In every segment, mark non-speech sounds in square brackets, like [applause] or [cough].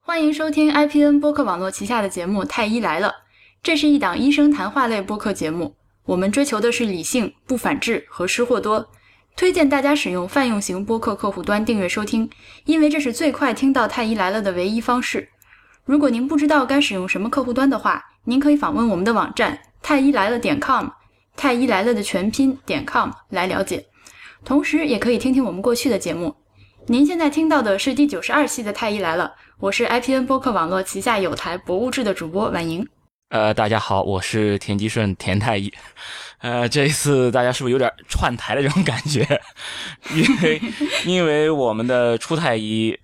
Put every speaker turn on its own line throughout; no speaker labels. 欢迎收听 IPN 播客网络旗下的节目《太医来了》，这是一档医生谈话类播客节目。我们追求的是理性、不反制和失货多，推荐大家使用泛用型播客客户端订阅收听，因为这是最快听到《太医来了》的唯一方式。如果您不知道该使用什么客户端的话，您可以访问我们的网站太医来了点 com，太医来了的全拼点 com 来了解。同时，也可以听听我们过去的节目。您现在听到的是第九十二期的《太医来了》，我是 IPN 播客网络旗下有台博物志的主播婉莹。
呃，大家好，我是田吉顺田太医。呃，这一次大家是不是有点串台的这种感觉？因为因为我们的初太医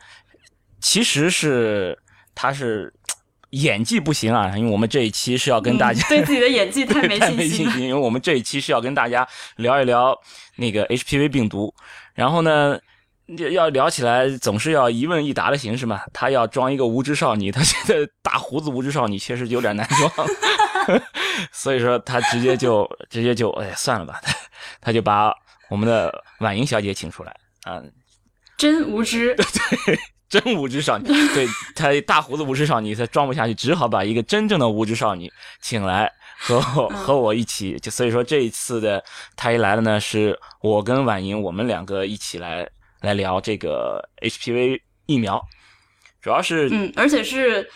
其实是他是演技不行啊，因为我们这一期是要跟大家、
嗯对自己的演技太没
[laughs] 太
信心
信
了。
心，因为我们这一期是要跟大家聊一聊那个 HPV 病毒，然后呢。要要聊起来，总是要一问一答的形式嘛。他要装一个无知少女，他现在大胡子无知少女确实有点难装， [laughs] 所以说他直接就直接就哎算了吧，他他就把我们的婉莹小姐请出来啊，
真无
[laughs]
知，
真无知少女，对她大胡子无知少女，她装不下去，只好把一个真正的无知少女请来和我和我一起。就所以说这一次的她一来了呢，是我跟婉莹我们两个一起来来聊这个 HPV 疫苗，主要是
嗯，而且是，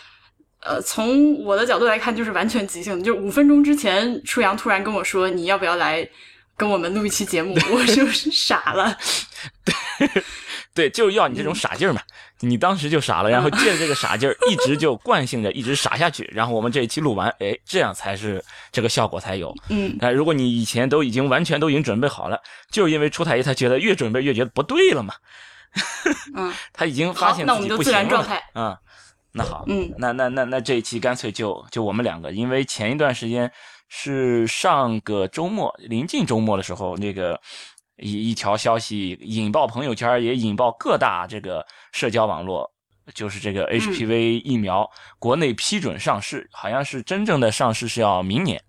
呃，从我的角度来看，就是完全即兴的。就五分钟之前，初阳突然跟我说：“你要不要来跟我们录一期节目？” [laughs] 我就是傻了。
对，就是要你这种傻劲儿嘛。你当时就傻了，然后借着这个傻劲儿，一直就惯性着一直傻下去。然后我们这一期录完，哎，这样才是这个效果才有。
嗯，
那如果你以前都已经完全都已经准备好了，就是因为出太医，他觉得越准备越觉得不对了嘛。
嗯，
他已经发现
好那
自
我们
己
就
不
自
行了。
然状态。
嗯，那好，
嗯，
那那那那这一期干脆就就我们两个，因为前一段时间是上个周末临近周末的时候，那个一一条消息引爆朋友圈，也引爆各大这个社交网络。就是这个
嗯
HPV 疫苗、国内批准上市，好像是真正的上市是要明年，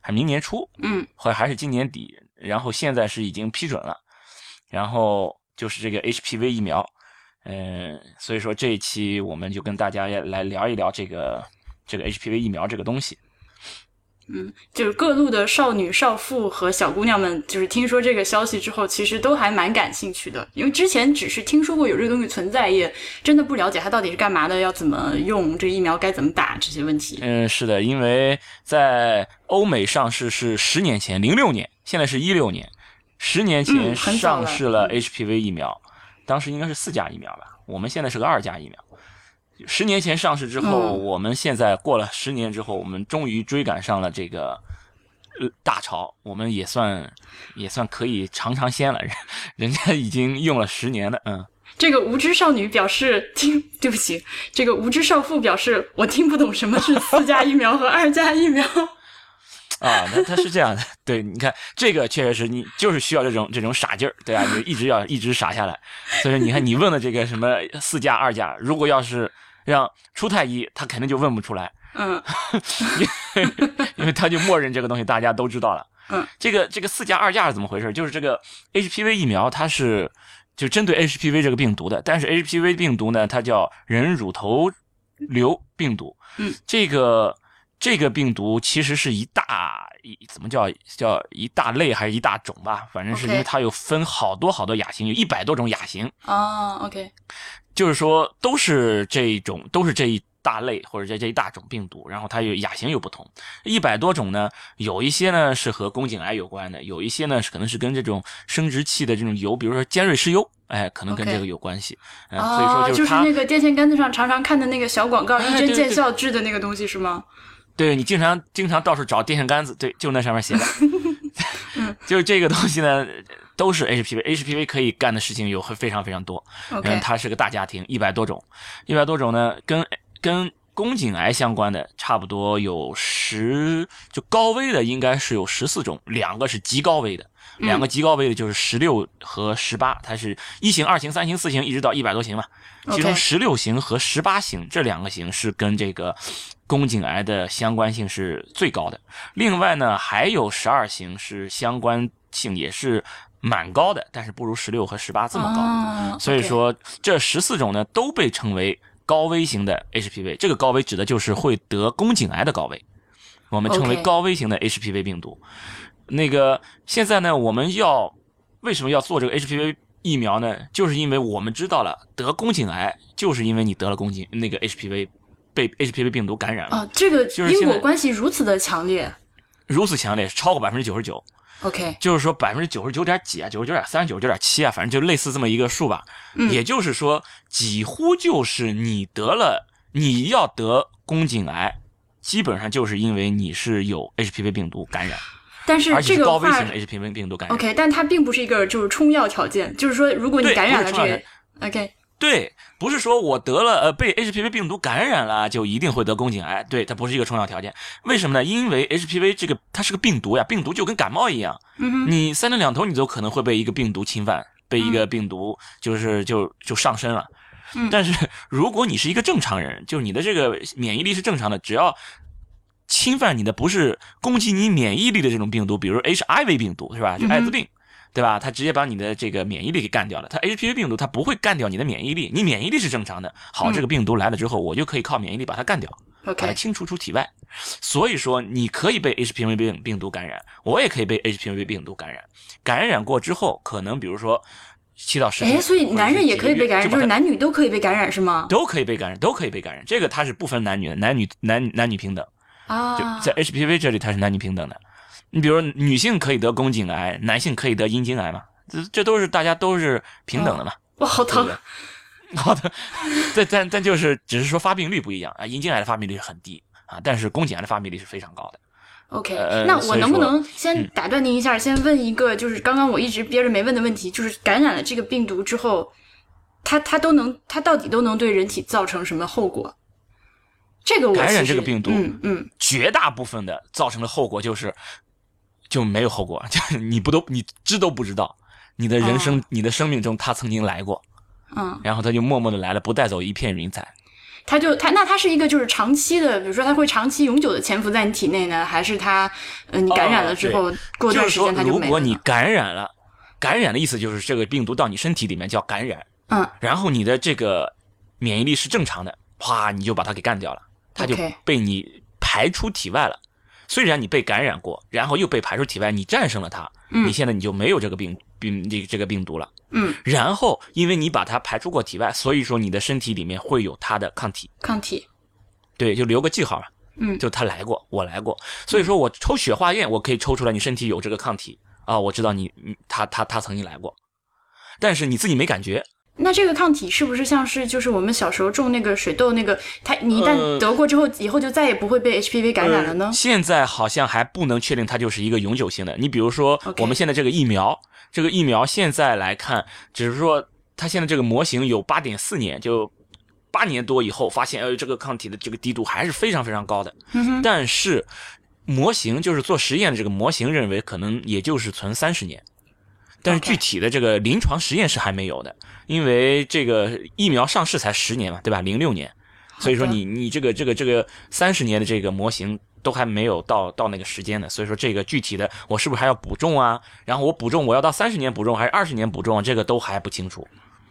还明年初。
嗯
或还是今年底，然后现在是已经批准了，然后就是这个 HPV 疫苗，嗯，所以说这一期我们就跟大家也来聊一聊这个这个 HPV 疫苗这个东西。
嗯，就是各路的少女、少妇和小姑娘们，就是听说这个消息之后，其实都还蛮感兴趣的，因为之前只是听说过有这个东西存在，也真的不了解它到底是干嘛的，要怎么用，这疫苗该怎么打这些问题。
嗯，是的，因为在欧美上市是十年前，零六年，现在是一六年，十年前
嗯很早
上
了
市了 HPV 疫苗，当时应该是四价疫苗吧，我们现在是个二价疫苗。十年前上市之后，
嗯
我们现在过了十年之后，我们终于追赶上了这个呃大潮，我们也算也算可以尝尝鲜了，人人家已经用了十年了，嗯，
这个无知少女表示听， [laughs] 对不起，这个无知少妇表示我听不懂什么是四价疫苗和二价疫苗。
[laughs] 啊，那他是这样的，对，你看这个确实是你就是需要这种这种傻劲儿，对啊，你一直要一直傻下来。所以说，你看你问的这个什么四价二价，如果要是让初太医，他肯定就问不出来，
嗯
[laughs] 因为他就默认这个东西大家都知道了。
嗯，
这个这个四价二价是怎么回事？就是这个 HPV 疫苗它是就针对 HPV 这个病毒的，但是 HPV 病毒呢，它叫人乳头瘤病毒。
嗯，
这个这个病毒其实是一大一怎么叫叫一大类还是一大种吧？反正是因
OK
为它有分好多好多亚型，有一百多种亚型。
哦，OK，
就是说都是这一种，都是这一大类或者这这一大种病毒，然后它有亚型有不同，一百多种呢，有一些呢是和宫颈癌有关的，有一些呢是可能是跟这种生殖器的这种疣，比如说尖锐湿疣，哎，可能跟
OK
这个有关系， [laughs] 嗯、所以
哦
说，
就是
它。
那个电线杆子上常常看的那个小广告，
哎
一
[laughs] 对
针
对
见
对
效治的那个东西是吗？
对你经常经常到处找电线杆子，对，就那上面
[laughs]
写的，
嗯
[laughs] 就是这个东西呢，都是 HPV，HPV 可以干的事情有非常非常多。
OK
嗯，它是个大家庭，一百多种，一百多种呢，跟跟宫颈癌相关的差不多有十，就高危的应该是有十四种，两个是极高危的，
嗯
两个极高危的就是十六和十八，它是一型、二型、三型、四型，一直到一百多型嘛。其中
OK
十六型和十八型这两个型是跟这个宫颈癌的相关性是最高的。另外呢，还有十二型是相关性也是蛮高的，但是不如十六和十八这么高。
哦
所以说，这十四种呢都被称为高危型的 HPV，这个高危指的就是会得宫颈癌的高危，我们称为
OK
高危型的 HPV 病毒。那个现在呢，我们要为什么要做这个 HPV 疫苗呢？就是因为我们知道了得宫颈癌，就是因为你得了宫颈那个 HPV 被 HPV 病毒感染了，
哦，这个
就是
因
现
果
在
关系如此的强烈。
如此强烈，超过百分之九十九。
OK，
就是说百分之九十九点几啊，九十九点三、九十九点七啊，反正就类似这么一个数吧。
嗯
也就是说，几乎就是你得了，你要得宫颈癌，基本上就是因为你是有 HPV 病毒感染，
但是
而且
这
是
个
高危
话
型的 HPV 病毒感染。
OK，但它并不是一个就是冲药条件，就是说如果你
对
感染了这
不是冲药
个，OK，
对，不是说我得了呃被 HPV 病毒感染了就一定会得宫颈癌，对，它不是一个重要条件。为什么呢？因为 HPV 这个它是个病毒呀，病毒就跟感冒一样，
嗯哼，
你三天两头你都可能会被一个病毒侵犯，被一个病毒就是就就上身了。
嗯
但是如果你是一个正常人，就是你的这个免疫力是正常的，只要侵犯你的不是攻击你免疫力的这种病毒，比如 HIV 病毒是吧？
嗯
就艾滋病。对吧？它直接把你的这个免疫力给干掉了。它 HPV 病毒它不会干掉你的免疫力，你免疫力是正常的。
嗯
好，这个病毒来了之后，我就可以靠免疫力把它干掉。把它
OK，
清除出体外。所以说，你可以被 HPV 病病毒感染，我也可以被 HPV 病毒感染。感染过之后，可能比如说七到十天，
哎，所以
或者
男
是
人也
几
可
个
以被
月
感染，
把
就是
它
男女都可以被感染是吗？
都可以被感染，都可以被感染。这个它是不分男女的，男女男男女平等。就
啊，
在 HPV 这里，它是男女平等的。你比如说女性可以得宫颈癌，男性可以得阴茎癌嘛，这这都是大家都是平等的嘛。
哇，好
对
疼
不对。 [laughs] 好的，但但但就是只是说发病率不一样啊，阴茎癌的发病率很低啊，但是宫颈癌的发病率是非常高的。
OK，
呃
那我
所以
能不
说嗯
能先打断您一下，先问一个就是刚刚我一直憋着没问的问题，就是感染了这个病毒之后，它它都能它到底都能对人体造成什么后果？这个我
感染
其实
这个病毒
嗯嗯，
绝大部分的造成的后果就是就没有后果， [laughs] 就是你不都你知都不知道，你的人生、你的生命中他曾经来过，
嗯，
然后他就默默的来了，不带走一片云彩。
它就它那它是一个就是长期的，比如说它会长期永久的潜伏在你体内呢，还是它呃你感染了之后、过
哦就
段
是
时
说，
间它就
如
没
果
了
你
呢？
感染了，感染的意思就是这个病毒到你身体里面叫感染，
嗯，
然后你的这个免疫力是正常的，啪你就把它给干掉了，它就
OK
被你排出体外了。虽然你被感染过，然后又被排出体外，你战胜了它，
嗯
你现在你就没有这个病病这个这个病毒了。
嗯，
然后因为你把它排出过体外，所以说你的身体里面会有它的抗体，
抗体
对，就留个记号嘛。
嗯
就它来过，我来过，所以说我抽血化验，我可以抽出来你身体有这个抗体啊，我知道你嗯它它它曾经来过，但是你自己没感觉，
那这个抗体是不是像是就是我们小时候种那个水痘那个，它你一旦
呃
得过之后，以后就再也不会被 HPV 感染了呢
呃？现在好像还不能确定它就是一个永久性的。你比如说
OK，
我们现在这个疫苗这个疫苗现在来看，只是说它现在这个模型有八点四年，就八年多以后发现，呃，这个抗体的这个低度还是非常非常高的。
嗯哼，
但是模型就是做实验的这个模型认为，可能也就是存三十年。但是
OK
具体的这个临床实验是还没有的，因为这个疫苗上市才十年嘛，对吧？零六年，所以说你你这个这个这个三十年的这个模型都还没有到到那个时间呢，所以说这个具体的我是不是还要补种啊？然后我补种我要到三十年补种还是二十年补种啊，这个都还不清楚。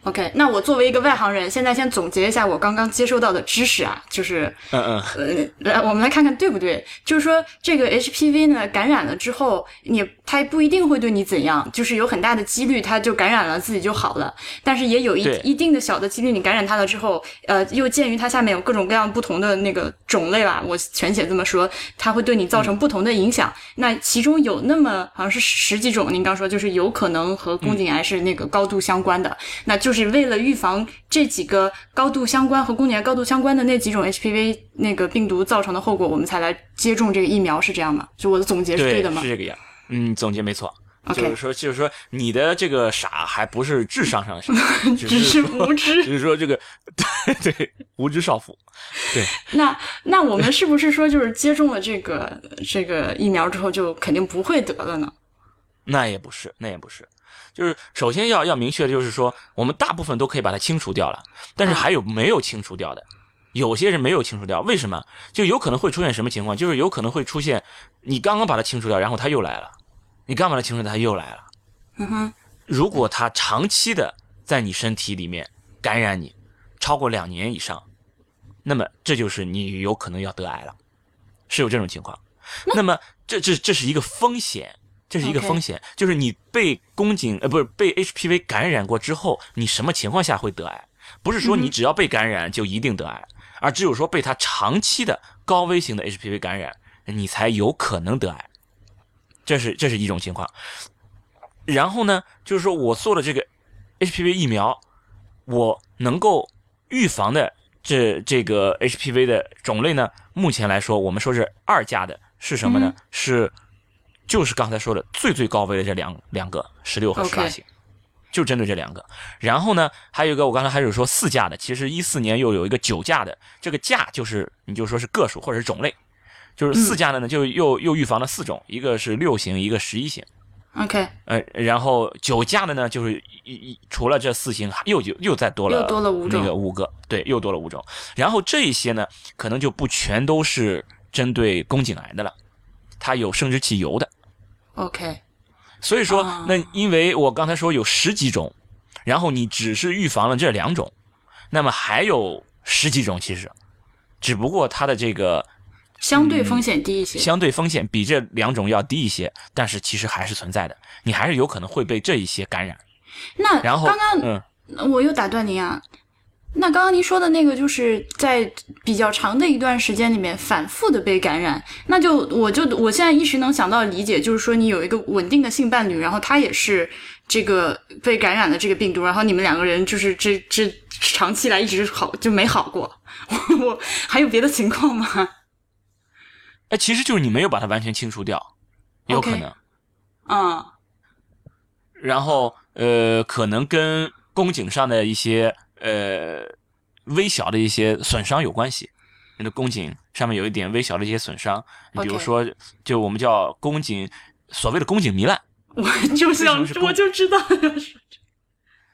OK，那我作为一个外行人，现在先总结一下我刚刚接收到的知识啊，就是
嗯嗯，
呃，来我们来看看对不对？就是说这个 HPV 呢感染了之后，你它不一定会对你怎样，就是有很大的几率它就感染了自己就好了，但是也有一
对
一定的小的几率你感染它了之后，呃，又鉴于它下面有各种各样不同的那个种类吧，我全写这么说，它会对你造成不同的影响。那其中有那么好像是十几种，您刚说就是有可能和宫颈癌是那个高度相关的，那就是为了预防这几个高度相关和宫颈癌高度相关的那几种 HPV 那个病毒造成的后果，我们才来接种这个疫苗，是这样吗？就我的总结是
对
的吗
是这个样。嗯，总结没错。
OK
就是说，就是说，你的这个傻还不是智商
[laughs]
上的傻，只
只
是
是
说
无知。
[laughs] 只是说这个，对对，无知少妇，
那那我们是不是说，就是接种了这个这个疫苗之后，就肯定不会得了呢？
那也不是，那也不是。就是首先要要明确，就是说，我们大部分都可以把它清除掉了，但
嗯
是还有没有清除掉的，有些人没有清除掉，为什么？就有可能会出现什么情况？就是有可能会出现，你刚刚把它清除掉，然后它又来了，你刚把它清除掉，它又来了。
嗯哼，
如果它长期的在你身体里面感染你，超过两年以上，那么这就是你有可能要得癌了，是有这种情况。那么这这这是一个风险，这是一个
OK
风险就是你被宫颈呃不是被 HPV 感染过之后，你什么情况下会得癌？不是
嗯
说你只要被感染就一定得癌，而只有说被它长期的高危型的 HPV 感染，你才有可能得癌。这是这是一种情况。然后呢，就是说我做了这个 HPV 疫苗，我能够预防的这这个 HPV 的种类呢，目前来说我们说是二价的，是什么呢？是就是刚才说的最最高危的这两两个十六和十
OK
八型。就针对这两个，然后呢，还有一个我刚才还有说四价的，其实一四年又有一个九价的，这个价就是你就说是个数或者是种类，就
嗯
是四价的呢，就又又预防了四种，一个是六型，一个十一型，
OK，
呃，然后酒驾的呢，就是一一除了这四型，还又就又再多了
又多了五种
那个五个，对，又多了五种。然后这一些呢，可能就不全都是针对宫颈癌的了，它有生殖器疣的。
OK，
所以说
啊，
那因为我刚才说有十几种，然后你只是预防了这两种，那么还有十几种其实，只不过它的这个
相对风险低一些。
嗯相对风险比这两种要低一些，但是其实还是存在的，你还是有可能会被这一些感染。
那
然后，
刚刚
嗯。
我又打断您啊。那刚刚您说的那个，就是在比较长的一段时间里面反复的被感染，那就我就我现在一时能想到的理解，就是说你有一个稳定的性伴侣，然后他也是这个被感染的这个病毒，然后你们两个人就是这这长期来一直好就没好过。 [laughs] 我我还有别的情况吗？ [laughs]
哎，其实就是你没有把它完全清除掉，有可
OK
能。
嗯
然后呃，可能跟宫颈上的一些呃微小的一些损伤有关系。你的宫颈上面有一点微小的一些损伤，你比如
OK
说，就我们叫宫颈，所谓的宫颈糜烂。
我就
什
想
么是不
我就知道，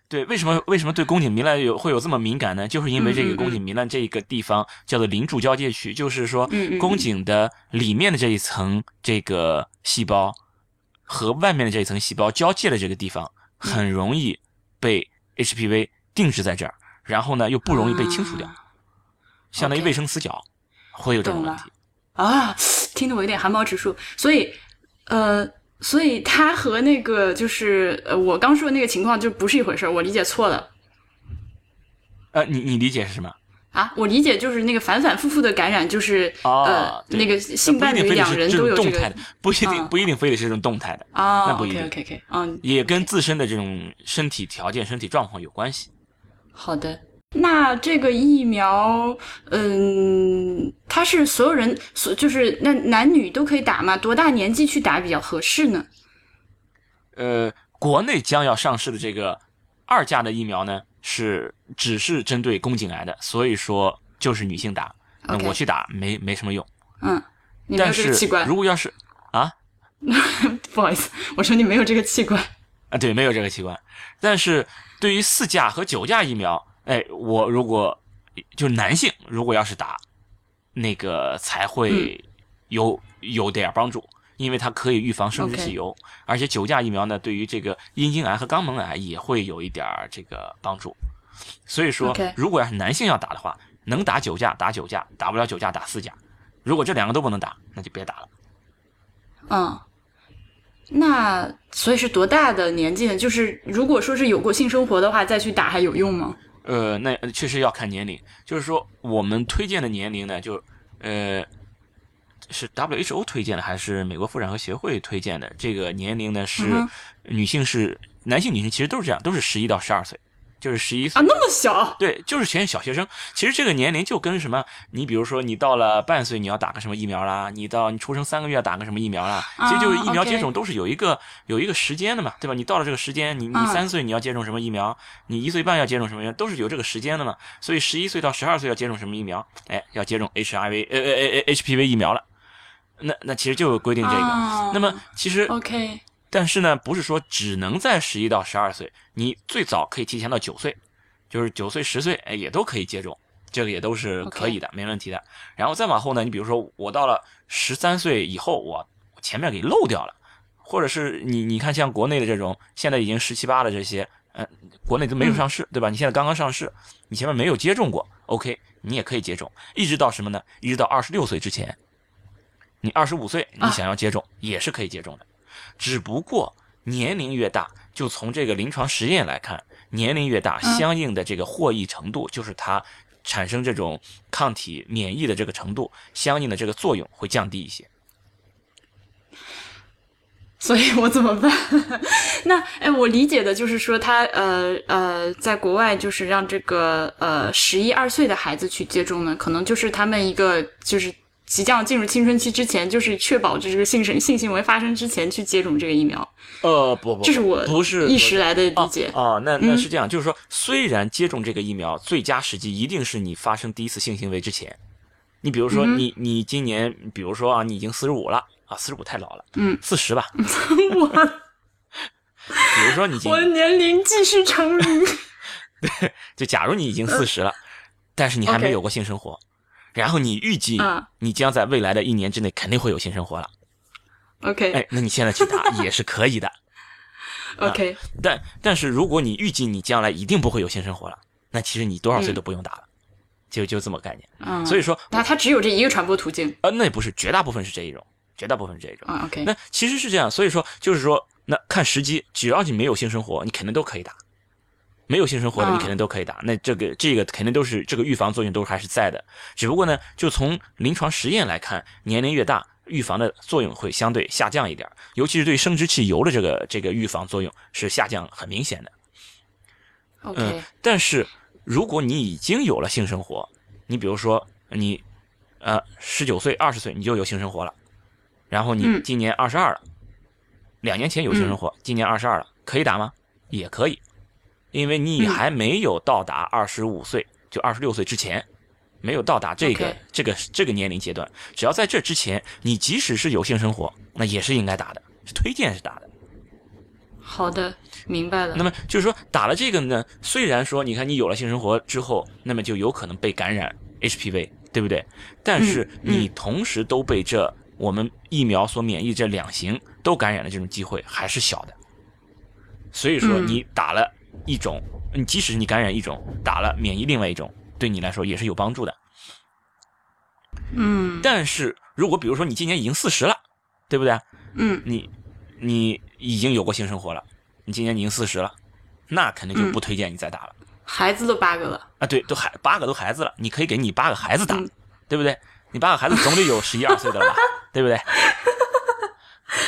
对，为什么为什么对宫颈糜烂有会有这么敏感呢？就是因为这
嗯嗯
个
嗯
宫颈糜烂这个地方叫做鳞柱交界区，就是说
嗯嗯嗯
宫颈的里面的这一层这个细胞和外面的这一层细胞交界的这个地方，
嗯
很容易被 HPV 定制在这儿，然后呢又不容易被清除掉，相当于
啊 OK
卫生死角，会有这种
懂
问
了
题。
啊，听得我有点汗毛直竖。所以，呃，所以它和那个就是呃我刚说的那个情况就不是一回事儿，我理解错了
呃，你你理解是什么？
啊。我理解就是那个反反复复的感染，就是、
哦
呃
对
那个性
不一
伴
定
侣
非得
两
是
人都
这
有
种
这
动
个
态的，不一定
嗯
不一定非得是这种动态的，
啊
那不一定
OK OK OK，嗯，
也跟自身的这种身体条件、身体状况有关系。
好的。那这个疫苗，嗯，它是所有人，所就是那男女都可以打吗？多大年纪去打比较合适呢？
呃，国内将要上市的这个二价的疫苗呢，是只是针对宫颈癌的，所以说就是女性打。那
OK
我去打没没什么用，
嗯，你没有
但
这个
是
器官
如，果要是啊
不好意思，我说你没有这个器官。
啊对，没有这个器官，但是对于四价和九价疫苗，哎，我如果就是男性如果要是打，那个才
嗯
会有、有点帮助，因为它可以预防生殖
OK
器疣而且九价疫苗呢，对于这个阴茎癌和肛门癌也会有一点儿这个帮助。所以说
OK
如果要是男性要打的话，能打九价打九价，打不了九价打四价。如果这两个都不能打，那就别打了。
嗯，那所以是多大的年纪呢？就是如果说是有过性生活的话，再去打还有用吗？
呃，那呃确实要看年龄，就是说我们推荐的年龄呢，就呃是 WHO 推荐的还是美国妇产科协会推荐的？这个年龄呢是、
嗯
女性是男性女性其实都是这样，都是十一到十二岁，就是十一岁
啊，那么小
对，就是全是小学生。其实这个年龄就跟什么，你比如说你到了半岁，你要打个什么疫苗啦；你到你出生三个月要打个什么疫苗啦。其实就是
啊
疫苗
，OK
接种都是有一个、有一个时间的嘛，对吧？你到了这个时间，你你
嗯
三岁你要接种什么疫苗，你一岁半要接种什么疫苗，都是有这个时间的嘛。所以十一岁到十二岁要接种什么疫苗，哎，要接种 HIV 呃呃呃呃 HPV 疫苗了。那那其实就有规定这个。
啊
那么其实
，OK，
但是呢，不是说只能在十一到十二岁，你最早可以提前到九岁，就是九岁、十岁，哎，也都可以接种，这个也都是
OK
可以的没问题的。然后再往后呢，你比如说我到了十三岁以后，我我前面给漏掉了，或者是你你看像国内的这种，现在已经十七八的这些，呃，国内都没有上市，对吧？你现在刚刚上市，你前面没有接种过，OK，你也可以接种，一直到什么呢？一直到二十六岁之前，你二十五岁你想要接种、也是可以接种的，只不过年龄越大，就从这个临床实验来看，年龄越大，
嗯
相应的这个获益程度就是它。产生这种抗体免疫的这个程度，相应的这个作用会降低一些。
所以我怎么办？ [laughs] 那哎，我理解的就是说他，呃呃，在国外就是让这个呃十一二岁的孩子去接种呢，可能就是他们一个就是即将进入青春期之前，就是确保这个性生性行为发生之前去接种这个疫苗，
呃，不不
这是我
不是
一时来的理解。嗯
哦，哦那那是这样，就是说，虽然接种这个疫苗最佳时机一定是你发生第一次性行为之前，你比如
嗯
说
哼
你、你今年，比如说啊，你已经四十五了啊，四十五太老了，
嗯，
四十吧，
[laughs] 我
比如说你已经
我年龄继续 [laughs] 成龄，
就假如你已经四十了，但是你还
嗯 OK
没有过性生活，然后你预计
嗯
你将在未来的一年之内肯定会有性生活了，
OK、
哎，那你现在去
[laughs]
打也是可以的，
OK，
但但是如果你预计你将来一定不会有性生活了，那其实你多少岁都不用打了，就就这么概念。
嗯，
啊所以说，
那它只有这一个传播途径
呃，那也不是，绝大部分是这一种，绝大部分是这一种。
啊，OK、o k
那其实是这样，所以说就是说，那看时机，只要你没有性生活，你肯定都可以打；没有性生活的，
啊
你肯定都可以打。那这个这个肯定都是这个预防作用都还是在的，只不过呢，就从临床实验来看，年龄越大。预防的作用会相对下降一点，尤其是对生殖器疣的这个这个预防作用是下降很明显的。
OK，、
嗯，但是如果你已经有了性生活，你比如说你，呃，十九岁、二十岁你就有性生活了，然后你
嗯
今年二十二了，两年前有性生活，今年二十二了，可以打吗？也可以，因为你
嗯
还没有到达二十五岁，就二十六岁之前。没有到达这个
OK
这个这个年龄阶段，只要在这之前，你即使是有性生活，那也是应该打的，是推荐是打的。
好的，明白了。
那么就是说，打了这个呢，虽然说你看你有了性生活之后，那么就有可能被感染 HPV，对不对？但是
嗯嗯
你同时都被这我们疫苗所免疫这两型都感染的这种机会还是小的。所以说，
嗯
你打了一种，你即使你感染一种，打了免疫另外一种，对你来说也是有帮助的。
嗯
但是如果比如说你今年已经四十了，对不对？
嗯
你你已经有过性生活了，你今年已经四十了，那肯定就
嗯
不推荐你再打了。
孩子都八个了，
啊，对，都孩八个都孩子了，你可以给你八个孩子打，
嗯
对不对？你八个孩子总得有十一二岁的了吧，对不对？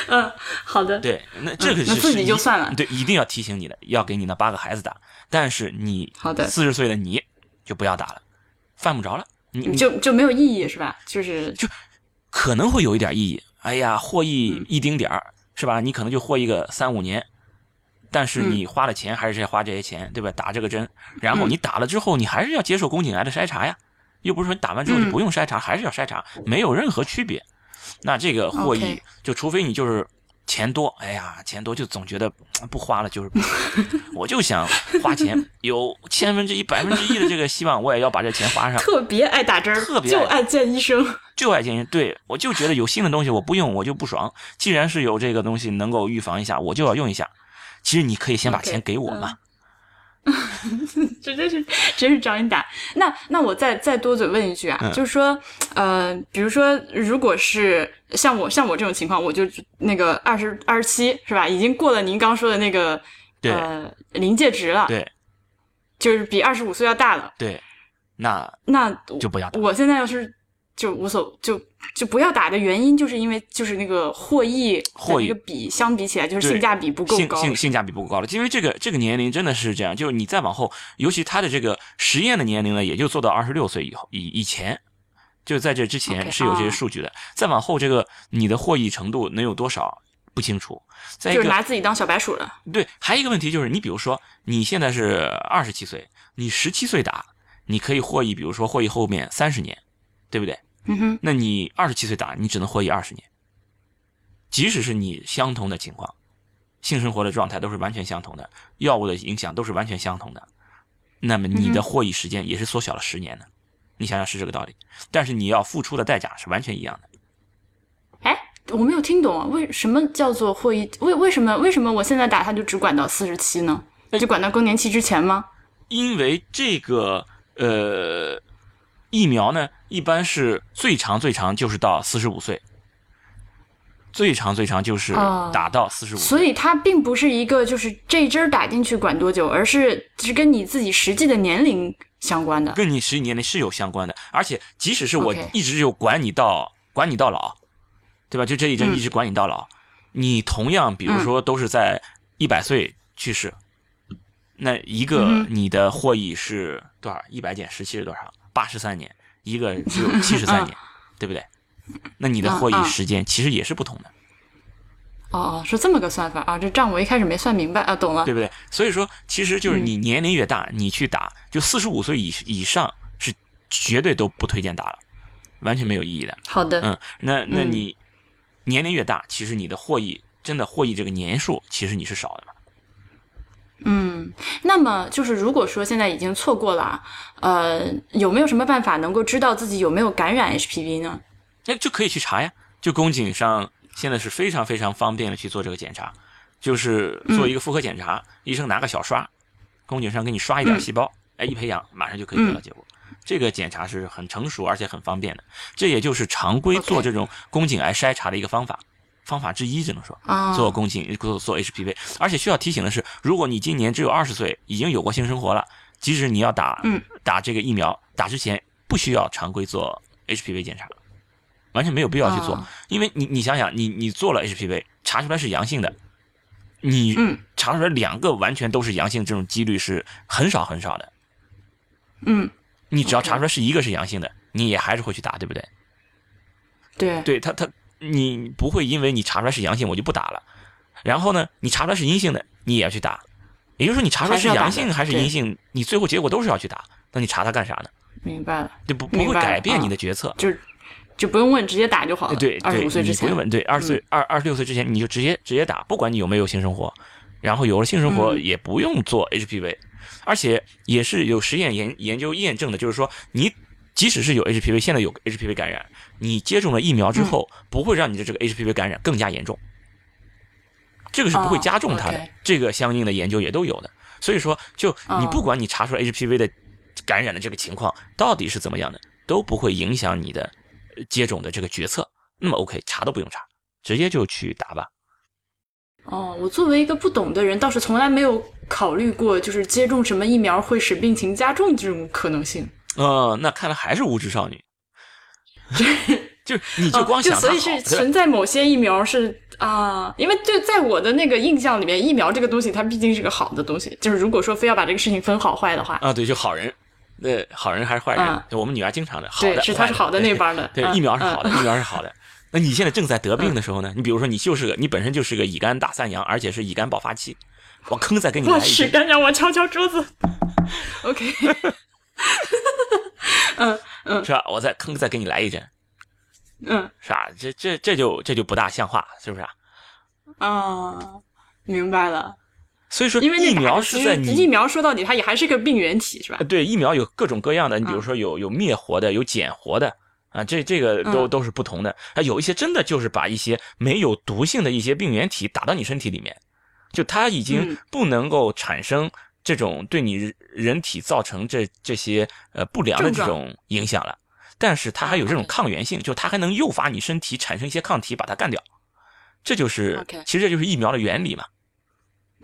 嗯，好的，
对，那这个
嗯
是、
那自己
是
就
一
算了
对，一定要提醒你的，要给你那八个孩子打，但是你
好的
四十岁的你就不要打了，犯不着了，你你
就就没有意义是吧？就是
可能会有一点意义，哎
嗯
呀，获益一丁点儿、是吧？你可能就获益个三五年。但是
嗯
你花了钱还是要花这些钱，对吧？打这个针，然后你打了之后，你还是要接受宫颈癌的筛查呀，又不是说你打完之后就
嗯
不用筛查，还是要筛查，没有任何区别。那这个获益
OK
就除非你就是钱多，哎呀，钱多就总觉得嗯不花了 [laughs] 就是不花，我就想花钱，有千分之一、百分之一的这个希望，我也要把这钱花上。
特别爱打针儿，
特别
就
爱
爱见医生。
就爱健身，对我就觉得有新的东西我不用我就不爽。既然是有这个东西能够预防一下，我就要用一下。其实你可以先把
OK，嗯
钱给我嘛。
直接是直接是找你打。那那我再再多嘴问一句啊，
嗯
就是说，呃，比如说，如果是像我像我这种情况，我就那个二十二十七是吧，已经过了您刚说的那个
对
呃临界值了，
对
就是比二十五岁要大了。
对，那
那我
就不要打。
我现在要是就无所就就不要打的原因，就是因为就是那个获益的
获益
那个比相比起来，就是
对
性价比不够
性
高。
性性价比不够高了，因为这个这个年龄真的是这样，就是你再往后，尤其他的这个实验的年龄呢，也就做到二十六岁以后以以前，就在这之
OK，
前是有这些
哦
数据的。再往后，这个你的获益程度能有多少不清楚。再一
就是
个，
拿自己当小白鼠了，
对，还有一个问题就是，你比如说你现在是二十七岁，你十七岁打，你可以获益，比如说获益后面三十年，对不对？
嗯哼，
那你二十七岁打，你只能获益二十年。即使是你相同的情况，性生活的状态都是完全相同的，药物的影响都是完全相同的，那么
嗯
你
哼
的获益时间也是缩小了十年的。你想想是这个道理，但是你要付出的代价是完全一样的。
哎，我没有听懂啊，为什么叫做获益？为为什么为什么我现在打他就只管到四十七呢？那就管到更年期之前吗？
因为这个呃疫苗呢，一般是最长最长就是到四十五岁，最长最长就是
哦
打到四十五。
所以它并不是一个就是这针儿打进去管多久，而是是跟你自己实际的年龄相关的。哦
跟你实际年龄是有相关的，而且即使是我
OK
一直就管你到管你到老，对吧？就这一
嗯
针一直管你到老，你同样比如说都是在一百岁去世，那一个
嗯
你的获益是多少？一百减十七是多少？八十三年，
[laughs]
一个只有七十三年，对不对？那你的
嗯
获益
嗯
时间其实也是不同的，
哦哦，是这么个算法啊，这账我一开始没算明白啊，懂了
对。不对？所以说，其实
嗯
就是你年龄越大，你去打，就四十五岁以以上是绝对都不推荐打了，完全没有意义的。
好的，
嗯，那那
嗯
你年龄越大，其实你的获益真的获益这个年数，其实你是少的嘛。
嗯，那么就是如果说现在已经错过了啊，呃，有没有什么办法能够知道自己有没有感染 HPV 呢？
那就可以去查呀，就宫颈上现在是非常非常方便的去做这个检查，就是
嗯
做一个妇科检查，医生拿个小刷，宫颈上给你刷
嗯
一点细胞，哎，一培养马上就可以得到结果。这个检查是很成熟而且很方便的，这也就是常规
OK
做这种宫颈癌筛查的一个方法，方法之一只能说。
啊，
做宫颈做做 HPV，而且需要提醒的是，如果你今年只有二十岁，已经有过性生活了，即使你要打、
嗯
打这个疫苗，打之前不需要常规做 HPV 检查，完全没有必要去做，
啊
因为你你想想，你你做了 HPV 查出来是阳性的，你
嗯
查出来两个完全都是阳性，这种几率是很少很少的。
嗯，
你只要
OK
查出来是一个是阳性的，你也还是会去打，对不对？
对，
对他他你不会因为你查出来是阳性我就不打了，然后呢，你查出来是阴性的你也要去打，也就是说你查出来是阳性还
还是
是
要打的
阴性，你最后结果都是要去打，那你查它干啥呢？
明白了，
对不不
明
会
白了嗯
改变你的决策。
就就不用问，直接打就好了。
哎对
二十
对，
五岁之
你不
前嗯
用问，对二十岁二二十六岁之前你就直接直接打，不管你有没有性生活，然后有了性生活
嗯
也不用做 HPV，而且也是有实验研研究验证的，就是说你即使是有 HPV，现在有 HPV 感染，你接种了疫苗
嗯
之后，不会让你的这个 HPV 感染更加严重，这个是不会
哦
加重它的
OK，
这个相应的研究也都有的。所以说，就你
哦
不管你查出来 HPV 的感染的这个情况到底是怎么样的，都不会影响你的呃接种的这个决策。那么 OK，查都不用查，直接就去打吧。
哦，我作为一个不懂的人，倒是从来没有考虑过，就是接种什么疫苗会使病情加重这种可能性。
呃，那看来还是无知
[laughs]
少女。就是你就光
哦就
想它
所
好，
以是
[laughs] 对吧
存在某些疫苗是啊，因为就在我的那个印象里面，疫苗这个东西它毕竟是个好的东西，就是如果说非要把这个事情分好坏的话，
啊，对，就好人，那好人还是坏人
啊？
对我们女儿经常的，好
对，
的
是它是好的
坏
那帮的，
对，
嗯
疫苗是
嗯
好的，疫苗是
[laughs]
好的。那你现在正在得病的时候呢？你比如说，你就是个，你本身就是个乙肝大三阳，而且是乙肝爆发期，我坑再给你来
我
一
去，
针，
敢让我敲敲桌子。OK， [laughs]
是吧？我再坑再给你来一针，
嗯
是吧？这这这就这就不大像话，是不是啊？
啊，明白了，
所以说，
因为那
疫
打
苗
的
是
其
在
实
你
疫苗说到底它也还是个病原体是吧嗯
呃？对疫苗有各种各样的，你比如说有有灭活的，有减活的啊，这这个都
嗯
都是不同的啊。有一些真的就是把一些没有毒性的一些病原体打到你身体里面，就它已经
嗯
不能够产生这种对你人体造成这这些呃不良的
症
这
状
种影响了，但是它还有这种
啊，OK
抗原性，就它还能诱发你身体产生一些抗体把它干掉，这就是
OK
其实这就是疫苗的原理嘛。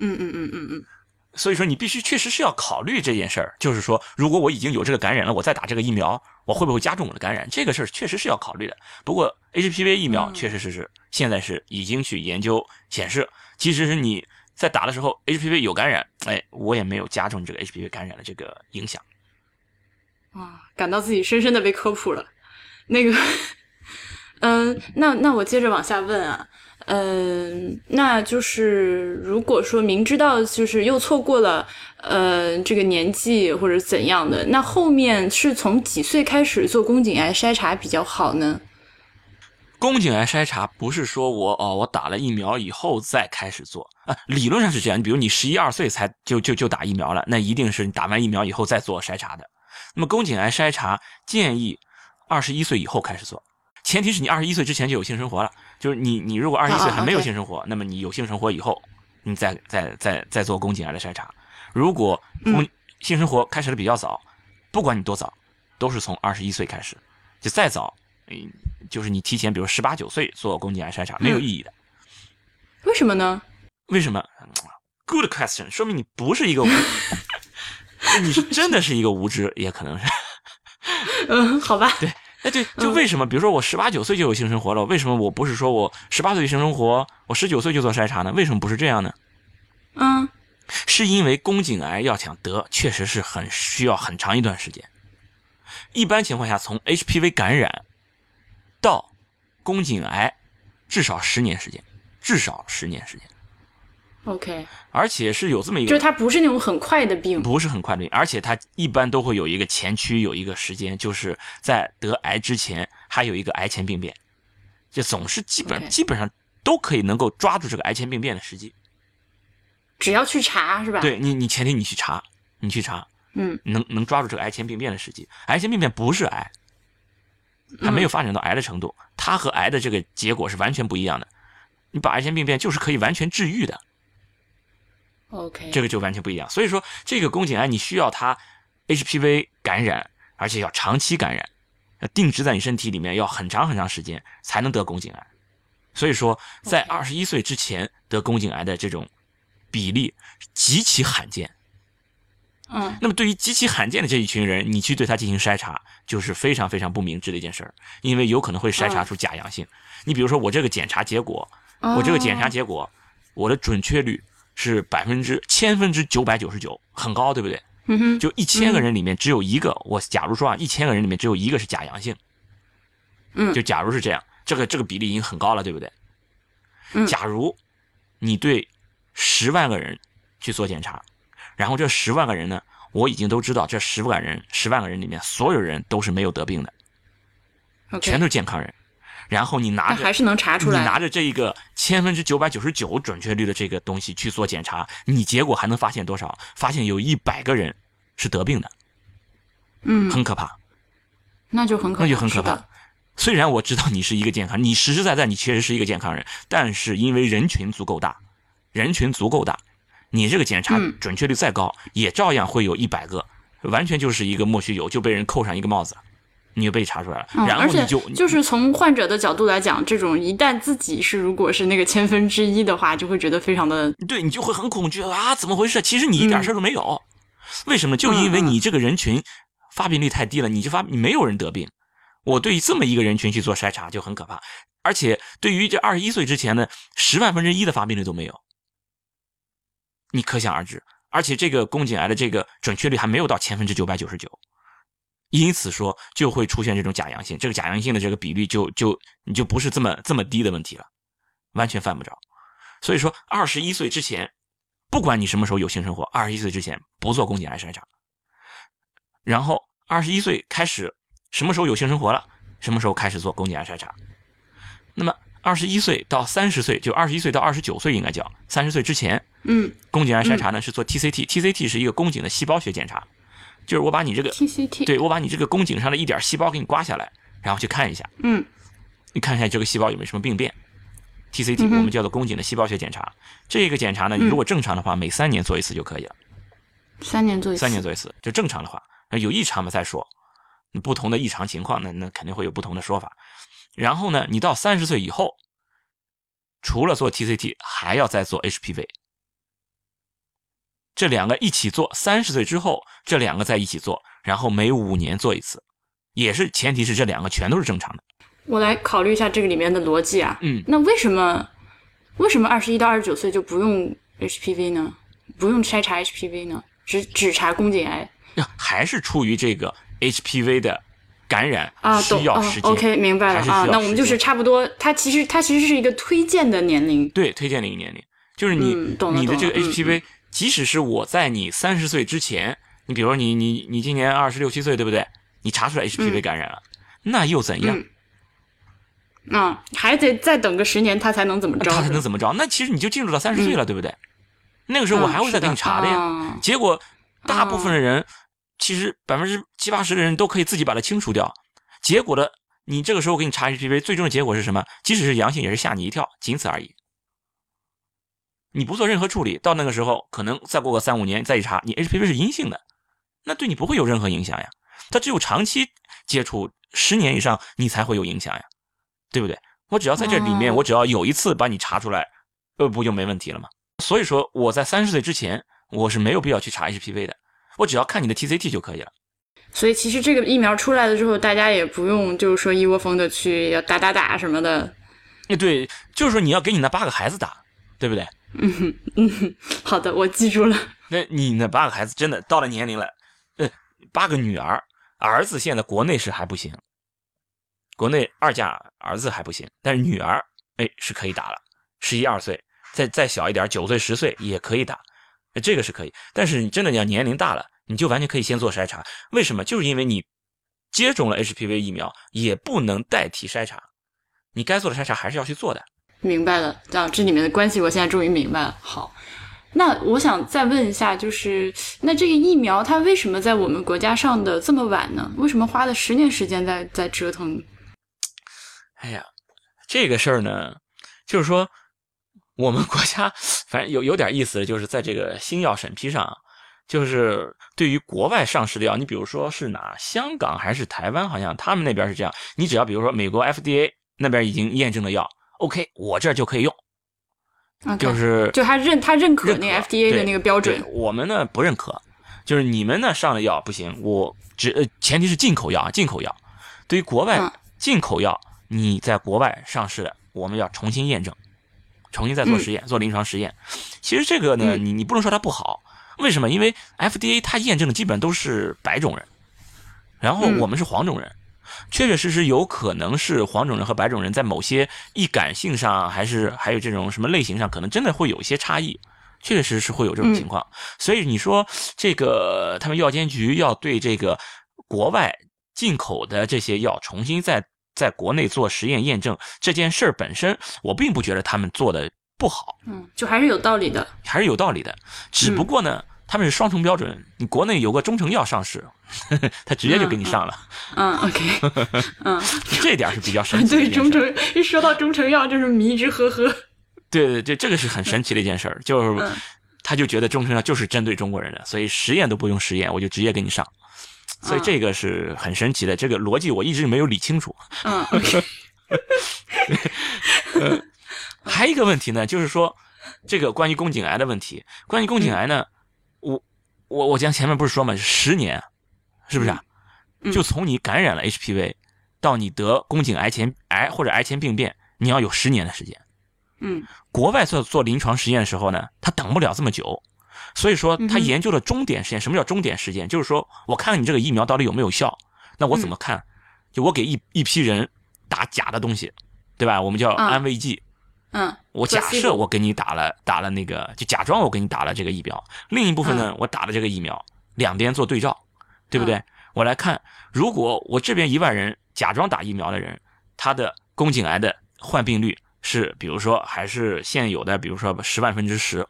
嗯嗯嗯嗯嗯，
所以说你必须确实是要考虑这件事儿，就是说，如果我已经有这个感染了，我再打这个疫苗，我会不会加重我的感染？这个事儿确实是要考虑的。不过 HPV 疫苗
嗯
确实是是、现在是已经去研究显示，其实是你在打的时候 HPV 有感染，哎，我也没有加重这个 HPV 感染的这个影响。
哇，感到自己深深的被科普了。那个， [laughs] 嗯，那那我接着往下问啊，嗯，那就是如果说明知道就是又错过了，呃，这个年纪或者怎样的，那后面是从几岁开始做宫颈癌筛查比较好呢？
宫颈癌筛查不是说我哦，我打了疫苗以后再开始做啊，理论上是这样。你比如你十一二岁才就就就打疫苗了，那一定是你打完疫苗以后再做筛查的。那么宫颈癌筛查建议二十一岁以后开始做，前提是你二十一岁之前就有性生活了。就是你你如果二十一岁
啊
还没有
OK
性生活，那么你有性生活以后，你再再再再做宫颈癌的筛查。如果
嗯
婚性生活开始的比较早，不管你多早，都是从二十一岁开始，就再早，嗯，就是你提前，比如十八九岁做宫颈癌筛查没有意义的。
为什么呢？
为什么嗯？Good question，说明你不是一个无，你是真的是一个无知，也可能是。 [laughs]
嗯，好吧，
哎，对，就为什么？比如说我十八九岁就有性生活了，为什么我不是说我十八岁性生活，我十九岁就做筛查呢？为什么不是这样呢？
嗯
是因为宫颈癌要想得，确实是很需要很长一段时间。一般情况下，从 HPV 感染到宫颈癌，至少十年时间，至少十年时间，
，OK，
而且是有这么一个
就是它不是那种很快的病。
不是很快的，而且它一般都会有一个前驱，有一个时间，就是在得癌之前还有一个癌前病变，这总是基本
OK
基本上都可以能够抓住这个癌前病变的时机。
只要去查是吧？，
对你，你前提你去查，你去查，
嗯，
能能抓住这个癌前病变的时机。癌前病变不是癌，还没有发展到癌的程度，它和癌的这个结果是完全不一样的。你把癌前病变就是可以完全治愈的，
嗯 OK，
这个就完全不一样。所以说，这个宫颈癌你需要它 HPV 感染，而且要长期感染，要定植在你身体里面要很长很长时间才能得宫颈癌。所以说，在
OK
二十一岁之前得宫颈癌的这种比例极其罕见。
嗯
那么对于极其罕见的这一群人，你去对他进行筛查，就是非常非常不明智的一件事儿，因为有可能会筛查出假阳性。你比如说，我这个检查结果，我这个检
哦
查结果，我的准确率是百分之千分之九百九十九，很高，对不对？
嗯哼，
就一千个人里面只有一个，我假如说啊，一千个人里面只有一个是假阳性，
嗯
就假如是这样，这个这个比例已经很高了，对不对？
嗯
假如你对十万个人去做检查，然后这十万个人呢，我已经都知道这十万个人十万个人里面所有人都是没有得病的，
OK
全都是健康人，然后你拿
但
着
还是能查出
你
来。
拿着这一个千分之九百九十九准确率的这个东西去做检查，你结果还能发现多少？发现有一百个人是得病的，
嗯，
很可怕。
那就很可怕，
那就很可怕
是的。
虽然我知道你是一个健康，你实实在在你确实是一个健康人，但是因为人群足够大，人群足够大，你这个检查
嗯
准确率再高，也照样会有一百个，完全就是一个莫须有，就被人扣上一个帽子，你就被查出来了，
嗯，
然后
而且
你就
就是从患者的角度来讲，这种一旦自己是如果是那个千分之一的话，就会觉得非常的
对你就会很恐惧啊，怎么回事？其实你一点事儿都没有，为什么？就因为
嗯嗯嗯
你这个人群发病率太低了，你就发你没有人得病。我对于这么一个人群去做筛查就很可怕，而且对于这二十一岁之前的十万分之一的发病率都没有，你可想而知。而且这个宫颈癌的这个准确率还没有到千分之九百九十九，因此说就会出现这种假阳性，这个假阳性的这个比率就就你就不是这么这么低的问题了，完全犯不着。所以说，二十一岁之前，不管你什么时候有性生活，二十一岁之前不做宫颈癌筛查。然后二十一岁开始，什么时候有性生活了，什么时候开始做宫颈癌筛查。那么二十一岁到三十岁，就二十一岁到二十九岁应该叫三十岁之前，
嗯
宫颈癌筛查呢是做 TCT，TCT 是一个宫颈的细胞学检查，就是我把你这个
TCT
对我把你这个宫颈上的一点细胞给你刮下来，然后去看一下，
嗯
你看一下这个细胞有没有什么病变。TCT
嗯哼
我们叫做宫颈的细胞学检查，这个检查呢，
嗯
如果正常的话，每三年做一次就可以了，
三年做一次，
三年做一次就正常的话，那有异常嘛再说。不同的异常情况，那那肯定会有不同的说法。然后呢，你到三十岁以后，除了做 TCT，还要再做 HPV，这两个一起做。三十岁之后，这两个在一起做，然后每五年做一次，也是前提是这两个全都是正常的。
我来考虑一下这个里面的逻辑啊。
嗯，
那为什么为什么二十一到二十九岁就不用 HPV 呢？不用筛查 HPV 呢？只只查宫颈癌
还是出于这个 HPV 的感染
啊？懂
需要
哦
时间。
，OK，明白
还是
了
需要
啊。那我
时
们就是
间
差不多，它其实它其实是一个推荐的年龄。
对，推荐零年龄，就是你、
嗯懂了
你的
懂
这
了
个 HPV，、即使是我在你三十岁之前，你比如说你你你今年二十六七岁，对不对？你查
嗯
出来 HPV 感染了，那又怎样？
啊，还得再等个十年，它才能怎么着？嗯
他才能怎么着？那其实你就进入到三十岁了，对不对？那个时候我还会再给你查的呀。
啊
结果大部分的人，其实百分之七八十的人都可以自己把它清除掉。结果的，你这个时候给你查 HPV，最终的结果是什么？即使是阳性，也是吓你一跳，仅此而已。你不做任何处理，到那个时候可能再过个三五年再一查，你 HPV 是阴性的，那对你不会有任何影响呀。它只有长期接触十年以上，你才会有影响呀，对不对？我只要在这里面，
哦
我只要有一次把你查出来，呃，不就没问题了吗？所以说我在三十岁之前，我是没有必要去查 HPV 的，我只要看你的 TCT 就可以了。
所以其实这个疫苗出来了之后，大家也不用就是说一窝蜂的去要打打打什么的。
哎，对，就是说你要给你那八个孩子打，对不对？
好的，我记住了。
那你那八个孩子真的到了年龄了，呃，八个女儿，儿子现在国内是还不行，国内二价儿子还不行，但是女儿哎是可以打了，十一二岁，再再小一点，九岁十岁也可以打，呃这个是可以。但是你真的要年龄大了，你就完全可以先做筛查。为什么？就是因为你接种了 HPV 疫苗，也不能代替筛查，你该做的筛查还是要去做的。
明白了，啊，这里面的关系我现在终于明白了。好，那我想再问一下，就是那这个疫苗它为什么在我们国家上的这么晚呢？为什么花了十年时间在在折腾？
哎呀，这个事儿呢，就是说我们国家反正有有点意思，就是在这个新药审批上啊，就是对于国外上市的药，你比如说是哪香港还是台湾，好像他们那边是这样，你只要比如说美国 FDA 那边已经验证的药，OK，我这儿就可以用，就
OK，
是
啊就他认他认可
认可
那个 FDA 的
对
那个标准
对，我们呢不认可，就是你们呢上了药不行，我只呃前提是进口药啊，进口药。对于国外、
嗯
进口药，你在国外上市的，我们要重新验证，重新再做实验，做临床实验。其实这个呢，
嗯
你你不能说它不好，为什么？因为 FDA 它验证的基本都是白种人，然后
嗯
我们是黄种人。确确实实有可能是黄种人和白种人在某些易感性上，还是还有这种什么类型上，可能真的会有一些差异，确确实实会有这种
嗯
情况。所以你说这个他们药监局要对这个国外进口的这些药重新在在国内做实验验证这件事儿本身，我并不觉得他们做的不好，
嗯，就还是有道理的。
还是有道理的。只
嗯
不过呢，他们是双重标准，你国内有个中成药上市， [laughs] 他直接就给你上了，
嗯，OK，嗯，
[laughs] 这点儿是比较神奇的一
[laughs] 对，中
件事儿。
成一说到中成药就是迷之呵呵。
对对对，这个是很神奇的一件事儿，
嗯
就是他就觉得中成药就是针对中国人的，所以实验都不用实验，我就直接给你上。所以
嗯
这个是很神奇的，这个逻辑我一直没有理清楚。
嗯，OK，嗯
还有一个问题呢，就是说这个关于宫颈癌的问题，关于宫
嗯
颈癌呢，我我我讲前面不是说嘛，十年，是不是啊？
嗯嗯
就从你感染了 HPV 到你得宫颈癌前癌或者癌前病变，你要有十年的时间。
嗯
国外做做临床实验的时候呢，他等不了这么久，所以说
嗯
他
哼
研究的终点实验，什么叫终点实验？就是说我看看你这个疫苗到底有没有效，那我
嗯
怎么看？就我给一一批人打假的东西，对吧？我们叫
嗯
安慰剂。
嗯
我假
placebo
设我给你打了打了那个，就假装我给你打了这个疫苗，另一部分呢，我打了这个疫苗，两边做对照，对不对？我来看，如果我这边一万人假装打疫苗的人，他的宫颈癌的患病率是，比如说还是现有的，比如说十万分之十，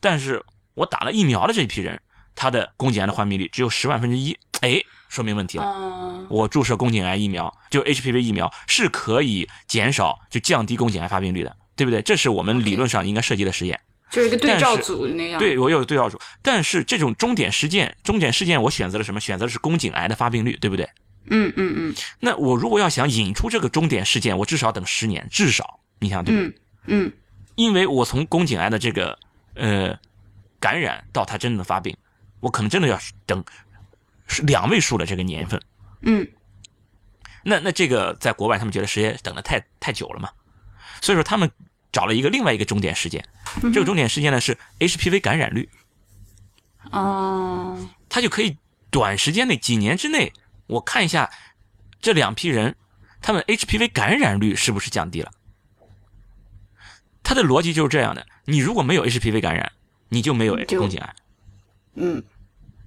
但是我打了疫苗的这一批人，他的宫颈癌的患病率只有十万分之一，哎，说明问题了。
嗯
我注射宫颈癌疫苗，就 HPV 疫苗是可以减少就降低宫颈癌发病率的，对不对？这是我们理论上应该涉及的实验。
就是一个对
但
照
是
组那样。
对，我有对照组，但是这种终点事件，终点事件我选择了什么？选择的是宫颈癌的发病率，对不对？
嗯嗯嗯
那我如果要想引出这个终点事件，我至少等十年，至少你想对不对？
嗯嗯
因为我从宫颈癌的这个呃感染到它真正的发病，我可能真的要等是两位数的这个年份。
嗯
那那这个在国外他们觉得时间等的太太久了嘛，所以说他们找了一个另外一个终点事件，
嗯
这个终点事件呢是 HPV 感染率，
哦。
它就可以短时间内几年之内，我看一下这两批人，他们 HPV 感染率是不是降低了？它的逻辑就是这样的，你如果没有 HPV 感染，你就没有
就
宫颈癌，
嗯，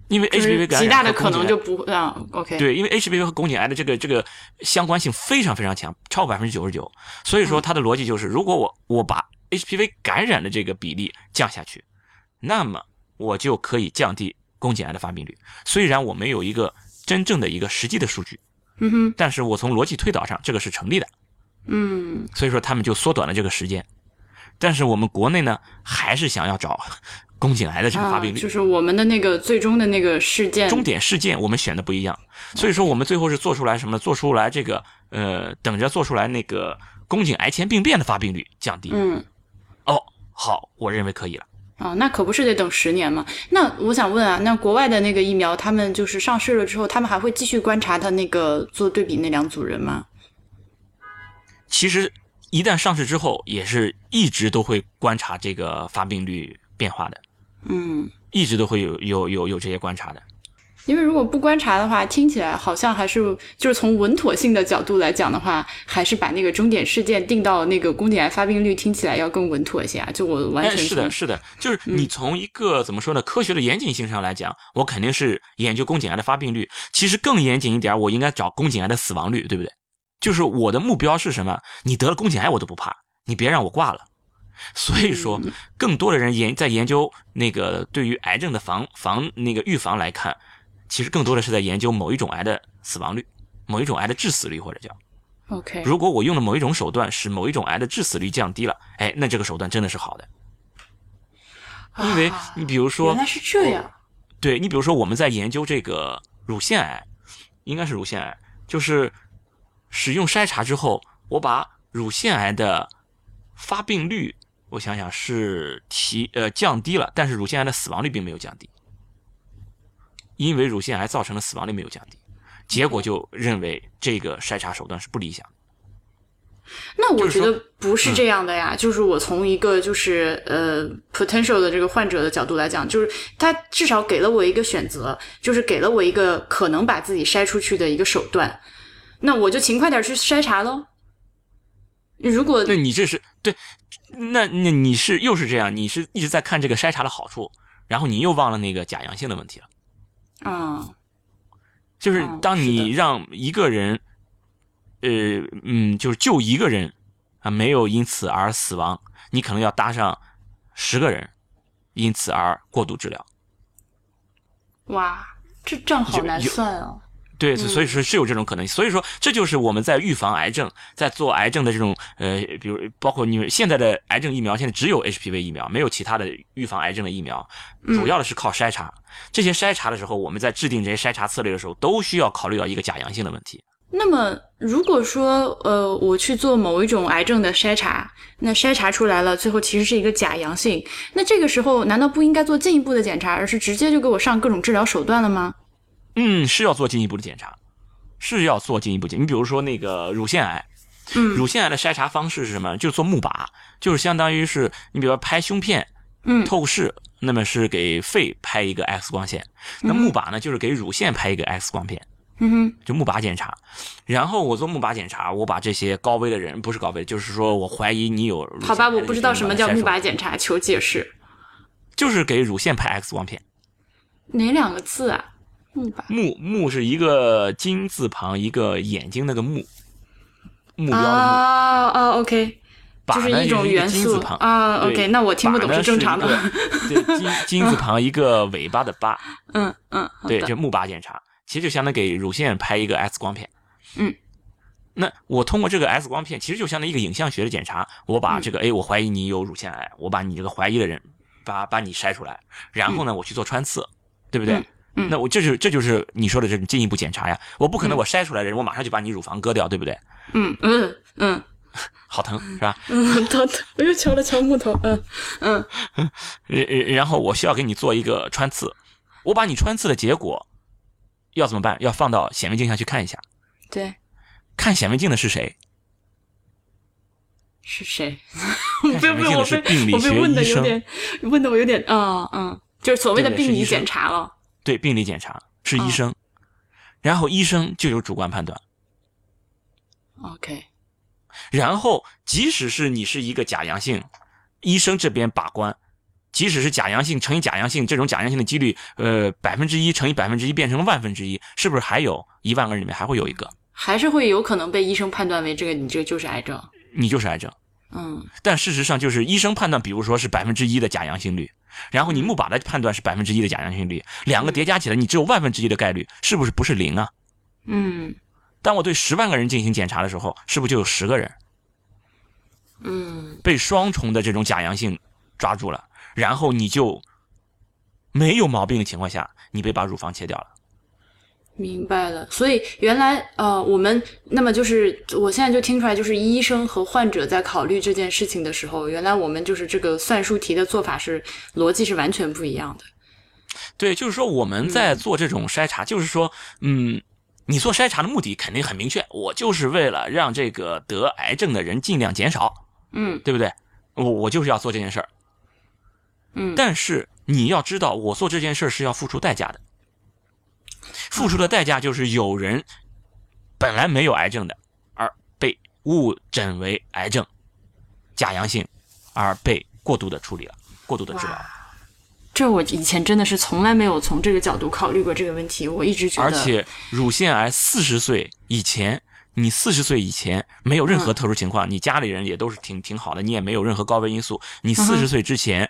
因为
就是
HPV 感染
极大的
和
可
宫颈
能
癌
就不啊，OK，，
对，因为 HPV 和宫颈癌的这个这个相关性非常非常强，超过百分之九十九。所以说它的逻辑就是，如果我我把 HPV 感染的这个比例降下去，那么我就可以降低宫颈癌的发病率。虽然我没有一个真正的一个实际的数据，
嗯哼，
但是我从逻辑推导上这个是成立的。
嗯
所以说他们就缩短了这个时间。但是我们国内呢，还是想要找 [laughs] 宫颈癌的这个发病率。
啊，就是我们的那个最终的那个事件，
终点事件我们选的不一样，所以说我们最后是做出来什么呢？做出来这个呃，等着做出来那个宫颈癌前病变的发病率降低。
嗯，
哦，好，我认为可以了。
啊，那可不是得等十年嘛？那我想问啊，那国外的那个疫苗，他们就是上市了之后，他们还会继续观察它那个做对比那两组人吗？
其实一旦上市之后，也是一直都会观察这个发病率变化的，
嗯，
一直都会有有有有这些观察的。
因为如果不观察的话，听起来好像还是就是从稳妥性的角度来讲的话，还是把那个终点事件定到那个宫颈癌发病率，听起来要更稳妥一些啊。就我完
哎，
全嗯
是
从
的，是的，就是你从一个怎么说呢，科学的严谨性上来讲，我肯定是研究宫颈癌的发病率。其实更严谨一点，我应该找宫颈癌的死亡率，对不对？就是我的目标是什么？你得了宫颈癌我都不怕，你别让我挂了。所以说，
嗯
更多的人研在研究那个对于癌症的防防那个预防来看，其实更多的是在研究某一种癌的死亡率，某一种癌的致死率，或者叫。
OK，
如果我用了某一种手段，使某一种癌的致死率降低了，哎，那这个手段真的是好的。因为
啊
你比如说
原，来是这样，
对你比如说我们在研究这个乳腺癌，应该是乳腺癌，就是使用筛查之后，我把乳腺癌的发病率，我想想是提呃降低了，但是乳腺癌的死亡率并没有降低，因为乳腺癌造成的死亡率没有降低，结果就认为这个筛查手段是不理想的。
那我
就是
觉
说嗯
得不是这样的呀，就是我从一个就是呃 potential 的这个患者的角度来讲，就是他至少给了我一个选择，就是给了我一个可能把自己筛出去的一个手段，那我就勤快点去筛查喽。如果
那你这是对，那那你是又是这样，你是一直在看这个筛查的好处，然后你又忘了那个假阳性的问题了。
啊、
就是
嗯
当
是的
你让一个人，呃，嗯，就是就一个人啊，没有因此而死亡，你可能要搭上十个人，因此而过度治疗。
哇，这账好
有
难
有
算啊！
对，所以说是有这种可能性。所以说，这就是我们在预防癌症，在做癌症的这种呃，比如包括你们现在的癌症疫苗，现在只有 HPV 疫苗，没有其他的预防癌症的疫苗，
嗯
主要的是靠筛查。这些筛查的时候，我们在制定这些筛查策略的时候，都需要考虑到一个假阳性的问题。
那么，如果说呃，我去做某一种癌症的筛查，那筛查出来了，最后其实是一个假阳性，那这个时候难道不应该做进一步的检查，而是直接就给我上各种治疗手段了吗？
嗯，是要做进一步的检查，是要做进一步检。你比如说那个乳腺癌，嗯，乳腺癌的筛查方式是什么？就是做钼靶，就是相当于是你比如说拍胸片，
嗯
透视，那么是给肺拍一个 X 光线，那钼靶呢就是给乳腺拍一个 X 光片，
嗯哼，
就钼靶检查。然后我做钼靶检查，我把这些高危的人，不是高危，就是说我怀疑你有乳腺
好吧，
癌的
我不知道
人
什么叫钼
把它筛
靶检查，求解释。
出，就是给乳腺拍 X 光片。
哪两个字啊？钼靶
目目是一个金字旁，一个眼睛那个目，目标的目。
啊啊，OK，
靶
就是
呢
一种
个
元
金字
素
旁
啊
对
OK，那我听不
靶
懂
呢
是
是
正常的
一个
[laughs]
对，金金字旁一个尾巴的八，
嗯嗯，好
对，
的
就钼靶检查，其实就相当于给乳腺拍一个 X 光片。
嗯，
那我通过这个 X 光片，其实就相当于一个影像学的检查，我把
嗯
这个，哎，我怀疑你有乳腺癌，我把你这个怀疑的人，把把你筛出来，然后呢，我去做穿刺，对不对？
嗯嗯
那我这就是这就是你说的这种进一步检查呀，我不可能我筛出来的人，我马上就把你乳房割掉，对不对？
嗯嗯嗯
好疼是吧？
嗯，疼，我又敲了敲木头，嗯嗯
然然后我需要给你做一个穿刺，我把你穿刺的结果要怎么办？要放到显微镜下去看一下，
对，
看显微镜的是谁？
是
[laughs]
谁？
看
不
显
用
微
不用，我
镜的是
被
病理
我被
学
问的
医
有
生，
点，问的我有点，啊嗯，就是所谓的
对对
病
是
理
医生
检查了。
对病理检查是医
嗯
生，然后医生就有主观判断，
OK，
然后即使是你是一个假阳性，医生这边把关。即使是假阳性乘以假阳性，这种假阳性的几率，呃，百分之一乘以百分之一变成万分之一，是不是还有一万个人里面还会有一个
还是会有可能被医生判断为这个你这个就是癌症。
你就是癌症？
嗯
但事实上就是医生判断，比如说是百分之一的假阳性率，然后你木靶的判断是百分之一的假阳性率，两个叠加起来，你只有万分之一的概率，是不是不是零啊？
嗯
当我对十万个人进行检查的时候，是不是就有十个人？
嗯
被双重的这种假阳性抓住了，然后你就没有毛病的情况下，你被把乳房切掉了。
明白了，所以原来呃，我们那么就是，我现在就听出来，就是医生和患者在考虑这件事情的时候，原来我们就是这个算术题的做法是逻辑是完全不一样的。
对，就是说我们在做这种筛查，就是说，嗯，你做筛查的目的肯定很明确，我就是为了让这个得癌症的人尽量减少，
嗯
对不对？我我就是要做这件事儿，
嗯，
但是你要知道，我做这件事儿是要付出代价的，付出的代价就是有人本来没有癌症的，而被误诊为癌症，假阳性，而被过度的处理了，过度的治疗。
这我以前真的是从来没有从这个角度考虑过这个问题，我一直觉得，
而且乳腺癌四十岁以前，你四十岁以前没有任
嗯
何特殊情况，你家里人也都是挺挺好的，你也没有任何高危因素，你
嗯哼
四十岁之前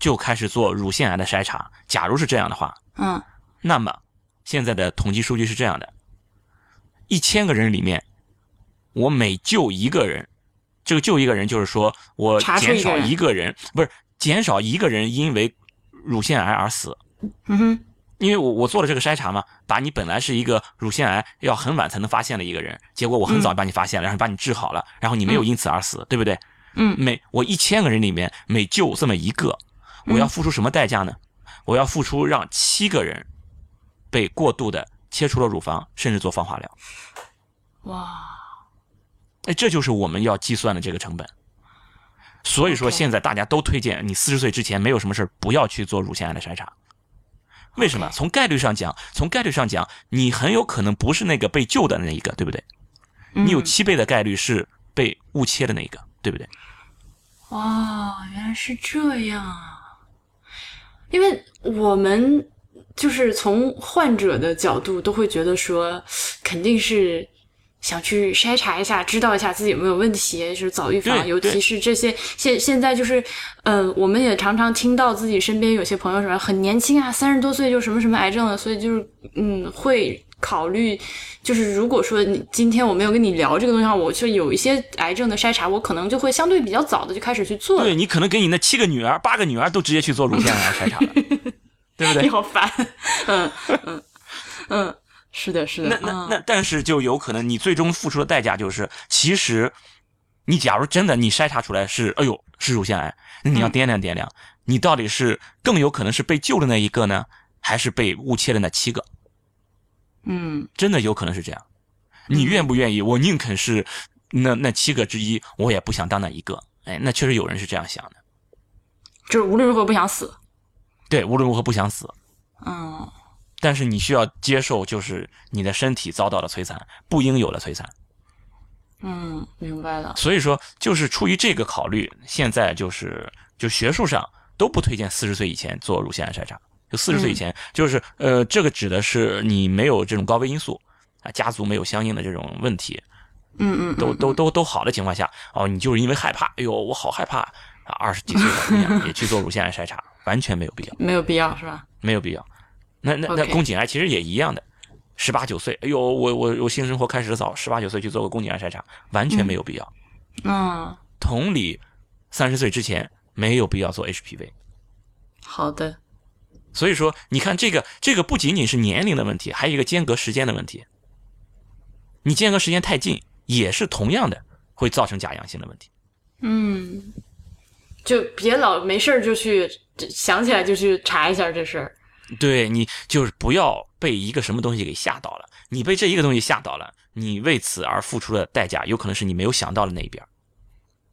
就开始做乳腺癌的筛查。假如是这样的话，
嗯
那么现在的统计数据是这样的：一千个人里面，我每救一个人，这个救一个人就是说我
查出一个
减少
人
一个人，不是减少一个人因为乳腺癌而死。
嗯哼
因为我我做了这个筛查嘛，把你本来是一个乳腺癌要很晚才能发现的一个人，结果我很早就把你发现了，然后把你治好了，然后你没有因此而死，对不对？
嗯
每我一千个人里面每救这么一个，我要付出什么代价呢？我要付出让七个人被过度的切除了乳房，甚至做放化疗。
哇，
哎，这就是我们要计算的这个成本。所以说，
OK
现在大家都推荐你四十岁之前没有什么事儿不要去做乳腺癌的筛查。为什么？
OK
从概率上讲，从概率上讲，你很有可能不是那个被救的那一个，对不对？你有
嗯
七倍的概率是被误切的那一个，对不对？
哦，原来是这样啊！因为我们就是从患者的角度，都会觉得说，肯定是想去筛查一下，知道一下自己有没有问题，就是早预防。
对
尤其
对
是这些现现在就是，呃，我们也常常听到自己身边有些朋友什么很年轻啊，三十多岁就什么什么癌症了，所以就是嗯会。考虑，就是如果说你今天我没有跟你聊这个东西的话，我就有一些癌症的筛查，我可能就会相对比较早的就开始去做了。
对你可能给你那七个女儿、八个女儿都直接去做乳腺癌筛查了，对不
[laughs]
对
你？好烦，嗯嗯嗯，是的，是的，
那那
嗯
那，但是就有可能你最终付出的代价就是，其实你假如真的你筛查出来是，哎呦是乳腺癌，那你要
嗯
掂量掂量，你到底是更有可能是被救的那一个呢，还是被误切的那七个？
嗯
真的有可能是这样。你
嗯
愿不愿意？我宁肯是那那七个之一，我也不想当那一个。哎，那确实有人是这样想的。
就是无论如何不想死，
对，无论如何不想死，
嗯
但是你需要接受，就是你的身体遭到了摧残，不应有的摧残。
嗯，明白了，
所以说，就是出于这个考虑，现在就是就学术上都不推荐四十岁以前做乳腺癌筛查。就四十
嗯
岁以前，就是呃，这个指的是你没有这种高危因素啊，家族没有相应的这种问题，
嗯嗯，
都
嗯
都都都好的情况下，哦，你就是因为害怕，哎呦，我好害怕啊，二十几岁的姑娘也去做乳腺癌筛查，完全没有必要，
没有必要是吧？
没有必要。那那那
OK
宫颈癌其实也一样的，十八九岁，哎呦，我我我性生活开始早，十八九岁去做个宫颈癌筛查，完全没有必要。
嗯，
同理，三十岁之前没有必要做 HPV。
好的，
所以说，你看这个这个不仅仅是年龄的问题，还有一个间隔时间的问题。你间隔时间太近，也是同样的会造成假阳性的问题。
嗯，就别老没事儿就去这想起来就去查一下这事儿，
对你就是不要被一个什么东西给吓到了，你被这一个东西吓到了，你为此而付出的代价，有可能是你没有想到的那一边儿。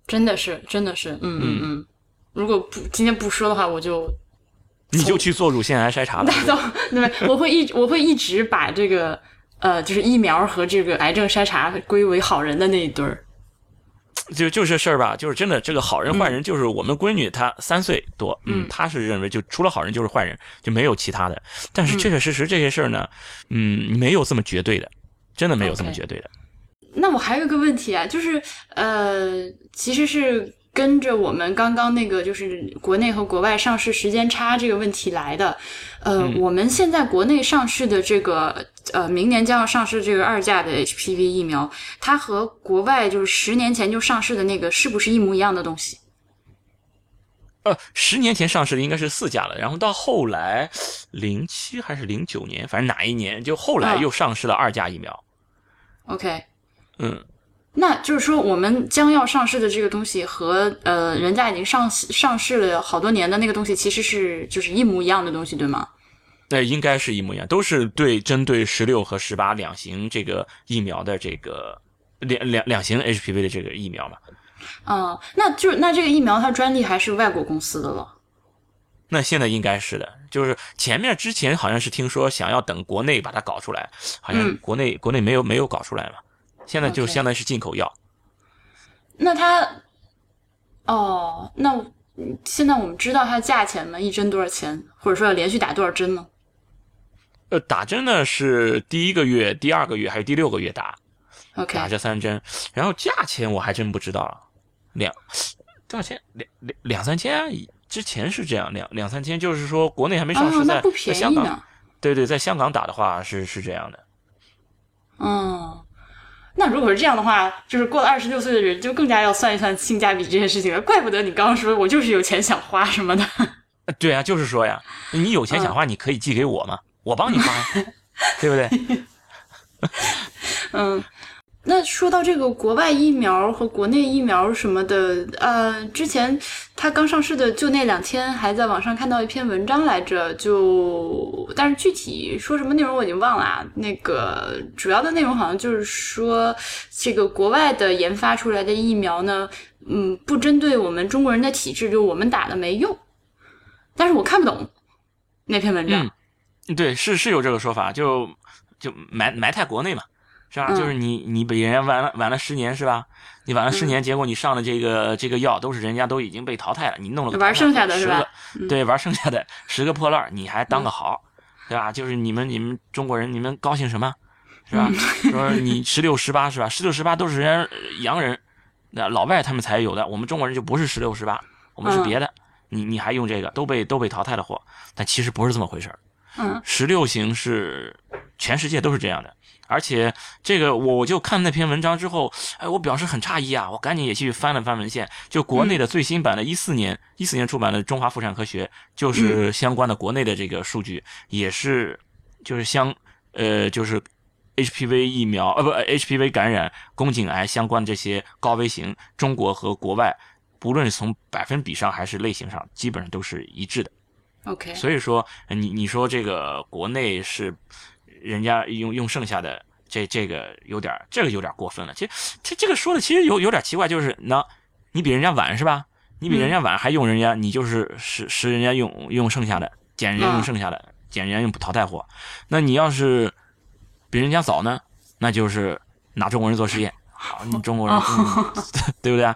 真的是，真的是，嗯嗯
嗯
嗯，如果不今天不说的话，我就
你就去做乳腺癌筛查
[laughs]
了
大，到对，我会一我会一直把这个呃，就是疫苗和这个癌症筛查归为好人的那一堆儿。
就就这事儿吧，就是真的，这个好人坏人，就是我们闺女她三岁多，
嗯
嗯，她是认为就除了好人就是坏人，就没有其他的。但
嗯
是确确实实这些事儿呢，嗯，没有这么绝对的，真的没有这么
OK
绝对的。
那我还有一个问题啊，就是呃，其实是跟着我们刚刚那个就是国内和国外上市时间差这个问题来的。呃，我们现在国内上市的这个呃，明年将要上市这个二价的 HPV 疫苗，它和国外就是十年前就上市的那个是不是一模一样的东西？
呃，十年前上市的应该是四价了，然后到后来零七还是零九年，反正哪一年就后来
嗯
又上市了二价疫苗。
OK，
嗯，
那就是说我们将要上市的这个东西和呃人家已经上市上市了好多年的那个东西其实是就是一模一样的东西，对吗？
那、应该是一模一样，都是对针对十六和十八两型这个疫苗的这个两两两型 HPV 的这个疫苗嘛。
嗯，那就是那这个疫苗它专利还是外国公司的了。
那现在应该是的，就是前面之前好像是听说想要等国内把它搞出来，好像
嗯
国内、国内没有没有搞出来嘛，现在就
OK
相当于是进口药。
那它，哦，那嗯现在我们知道它的价钱吗？一针多少钱？或者说要连续打多少针吗？
呃，打针呢是第一个月、第二个月还有第六个月打，
OK，
打这三针，然后价钱我还真不知道了，两多少钱？两两两三千啊？之前是这样，两两三千，就是说国内还没上
哦
市，在、
那不
在
便
香
宜
港，
呢。
对对，在香港打的话是是这样的。
嗯，那如果是这样的话，就是过了二十六岁的人就更加要算一算性价比这件事情了。怪不得你刚刚说我就是有钱想花什么的。
呃对啊，就是说呀，你有钱想花，你可以寄给我嘛，我帮你花
[laughs]
呀，对不对？
嗯，那说到这个国外疫苗和国内疫苗什么的，呃，之前它刚上市的就那两天，还在网上看到一篇文章来着，就但是具体说什么内容我已经忘了啊。那个主要的内容好像就是说，这个国外的研发出来的疫苗呢，嗯，不针对我们中国人的体质，就我们打了没用。但是我看不懂那篇文章。
嗯对，是是有这个说法，就就埋埋汰国内嘛，是吧？
嗯
就是你你比人家晚了晚了十年是吧？你晚了十
嗯
年，结果你上的这个这个药都是人家都已经被淘汰了，你弄了个
玩
淘汰
剩下的
十
是吧嗯
个对，玩剩下的十个破烂儿你还当个好，对吧？就是你们你们中国人你们高兴什么？是吧？
嗯
说你十六十八是吧？十六十八都是人家洋人，那老外他们才有的，我们中国人就不是十六十八，我们是
嗯
别的。你你还用这个，都被都被淘汰的货，但其实不是这么回事儿。
嗯
十六型是全世界都是这样的，而且这个我我就看那篇文章之后，哎，我表示很诧异啊，我赶紧也去翻了翻文献，就国
嗯
内的最新版的，一四年一四年出版的《中华妇产科学》，
嗯
就是相关的国内的这个数据，也是就是相呃就是。HPV 疫苗，呃不，HPV 感染、宫颈癌相关的这些高危型，中国和国外，不论是从百分比上还是类型上，基本上都是一致的。
，OK，
所以说，呃你你说这个国内是人家用用剩下的这这个有点儿这个有点儿过分了。其实这这个说的其实有有点儿奇怪，就是那你比人家晚是吧？你比人家晚还用人家，你就是使使人家用用剩下的，捡人家用
嗯
剩下的，捡人家用淘汰货。那你要是比人家早呢，那就是拿中国人做实验。好，你中国人，嗯 [laughs] 对不对啊？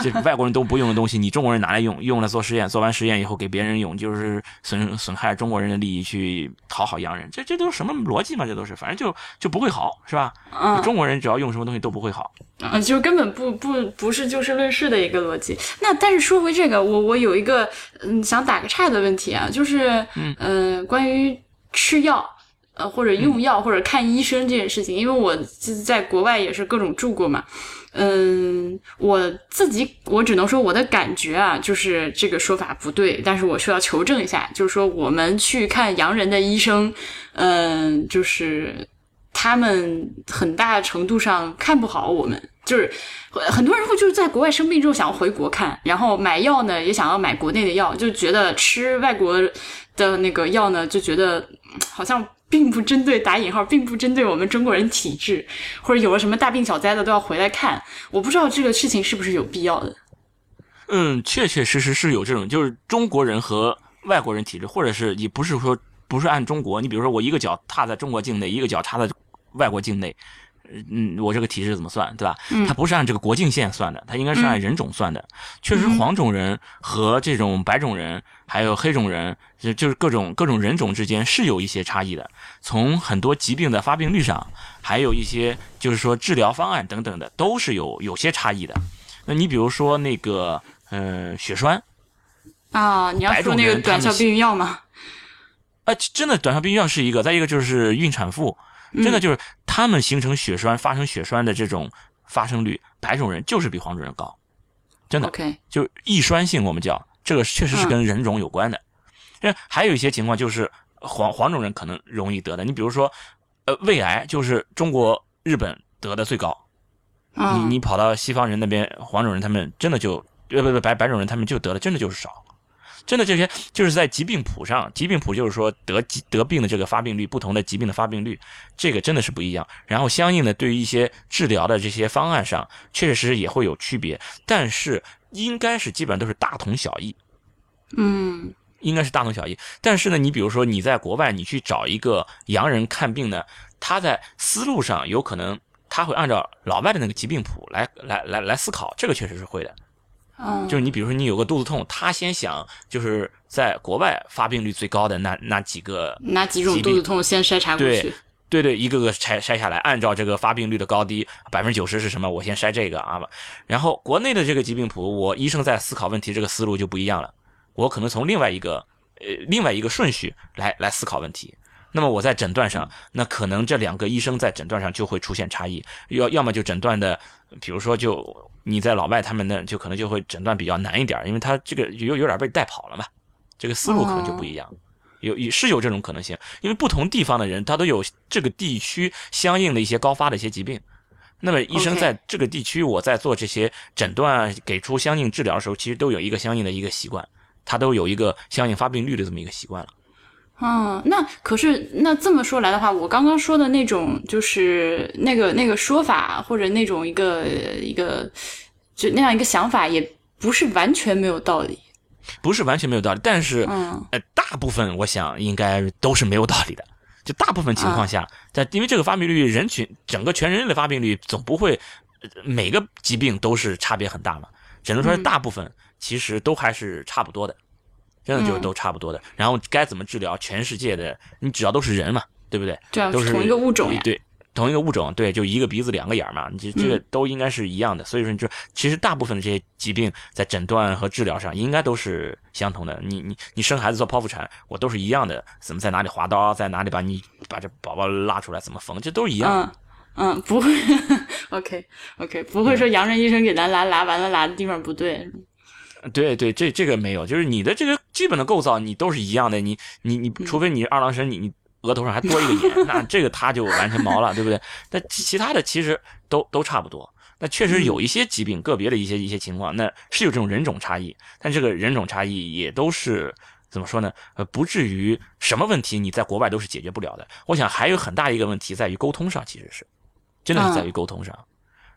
这外国人都不用的东西，你中国人拿来用，用了做实验，做完实验以后给别人用，就是损损害中国人的利益，去讨好洋人，这这都是什么逻辑嘛？这都是，反正就就不会好，是吧？
嗯，
中国人只要用什么东西都不会好。
啊，就是根本不不不是就事论事的一个逻辑。那但是说回这个，我我有一个嗯想打个岔的问题啊，就是
嗯
呃关于吃药。呃，或者用药，或者看医生这件事情，因为我就是在国外也是各种住过嘛，嗯，我自己我只能说我的感觉啊，就是这个说法不对，但是我需要求证一下，就是说我们去看洋人的医生，嗯，就是他们很大程度上看不好我们，就是呃很多人会就是在国外生病之后想要回国看，然后买药呢也想要买国内的药，就觉得吃外国的那个药呢，就觉得嗯好像并不针对打引号，并不针对我们中国人体质，或者有了什么大病小灾的都要回来看，我不知道这个事情是不是有必要的。
嗯，确确实实是有这种，就是中国人和外国人体质，或者是你不是说不是按中国，你比如说我一个脚踏在中国境内，一个脚踏在外国境内，嗯，我这个体质怎么算，对吧？它不是按这个国境线算的，它应该是按人种算的。确实，黄种人和这种白种人，还有黑种人，就就是各种各种人种之间是有一些差异的。从很多疾病的发病率上，还有一些就是说治疗方案等等的，都是有有些差异的。那你比如说那个嗯血栓。
啊，你要
白
说
种
那个
人
短
他
效
们
避孕药吗？
啊，其真的短效避孕药是一个，再一个就是孕产妇，真的就是他们形成血栓、发生血栓的这种发生率，白种人就是比黄种人高，真的
OK，
就是易栓性，我们叫这个确实是跟人种有关的。因为还有一些情况就是黄黄种人可能容易得的，你比如说，呃，胃癌就是中国、日本得的最高，
啊，
你你跑到西方人那边，黄种人他们真的就呃不不白白种人他们就得了，真的就是少，真的这些就是在疾病谱上，疾病谱就是说得疾得病的这个发病率，不同的疾病的发病率，这个真的是不一样。然后相应的对于一些治疗的这些方案上，确确实实也会有区别，但是应该是基本上都是大同小异。
嗯
应该是大同小异。但是呢，你比如说你在国外，你去找一个洋人看病呢，他在思路上有可能他会按照老外的那个疾病谱来来来来思考，这个确实是会的。
嗯，
就是你比如说你有个肚子痛，他先想就是在国外发病率最高的那那几个
拿几种
疾
肚
病
子痛先筛查过
对
去。
对对，一个个筛筛下来，按照这个发病率的高低，百分之九十是什么，我先筛这个啊。然后国内的这个疾病谱，我医生在思考问题这个思路就不一样了，我可能从另外一个呃另外一个顺序来来思考问题。那么我在诊断上，那可能这两个医生在诊断上就会出现差异，要要么就诊断的，比如说就你在老外他们那就可能就会诊断比较难一点，因为他这个有有点被带跑了嘛，这个思路可能就不一样。有也是有这种可能性，因为不同地方的人他都有这个地区相应的一些高发的一些疾病，那么医生
OK
在这个地区，我在做这些诊断啊、给出相应治疗的时候，其实都有一个相应的一个习惯，他都有一个相应发病率的这么一个习惯了。
嗯，那可是那这么说来的话，我刚刚说的那种就是那个那个说法，或者那种一个一个就那样一个想法，也不是完全没有道理。
不是完全没有道理，但是、
嗯
呃，大部分我想应该都是没有道理的。就大部分情况
啊
下，但因为这个发病率，人群整个全人类的发病率总不会呃每个疾病都是差别很大嘛，只能
嗯
说是大部分其实都还是差不多的，真的就是
嗯
都差不多的。然后该怎么治疗，全世界的你只要都是人嘛，对不对？
对啊，
都是
同一个物种呀。
对，同一个物种，对，就一个鼻子两个眼儿嘛，你这这个
嗯
都应该是一样的。所以说，你就其实大部分的这些疾病在诊断和治疗上应该都是相同的。你你你生孩子做剖腹产，我都是一样的，怎么在哪里划刀，在哪里把你把这宝宝拉出来，怎么缝，这都是一样
嗯
的。
嗯，不会，OK OK，不会说洋人医生给咱拉拉完了拉的地方不对。嗯
对对，这这个没有，就是你的这个基本的构造你都是一样的，你你你，除非你二郎神，你你额头上还多一个眼，那这个他就完全毛了，对不对？但其其他的其实都都差不多。那确实有一些疾病，个别的一些一些情况，那是有这种人种差异，但这个人种差异也都是怎么说呢？呃，不至于什么问题你在国外都是解决不了的。我想还有很大一个问题在于沟通上，其实是真的是在于沟通上。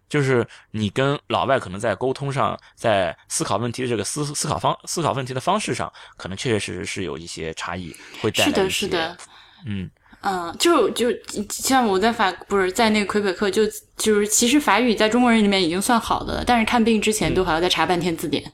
就是你跟老外可能在沟通上，在思考问题的这个思思考方思考问题的方式上，可能确确实实是有一些差异，会带来
是的，
一
是
些
的。，
嗯，
嗯，就就像我在法不是在那个魁北克就，就是其实法语在中国人里面已经算好的了，但是看病之
嗯
前都还要再查半天字典。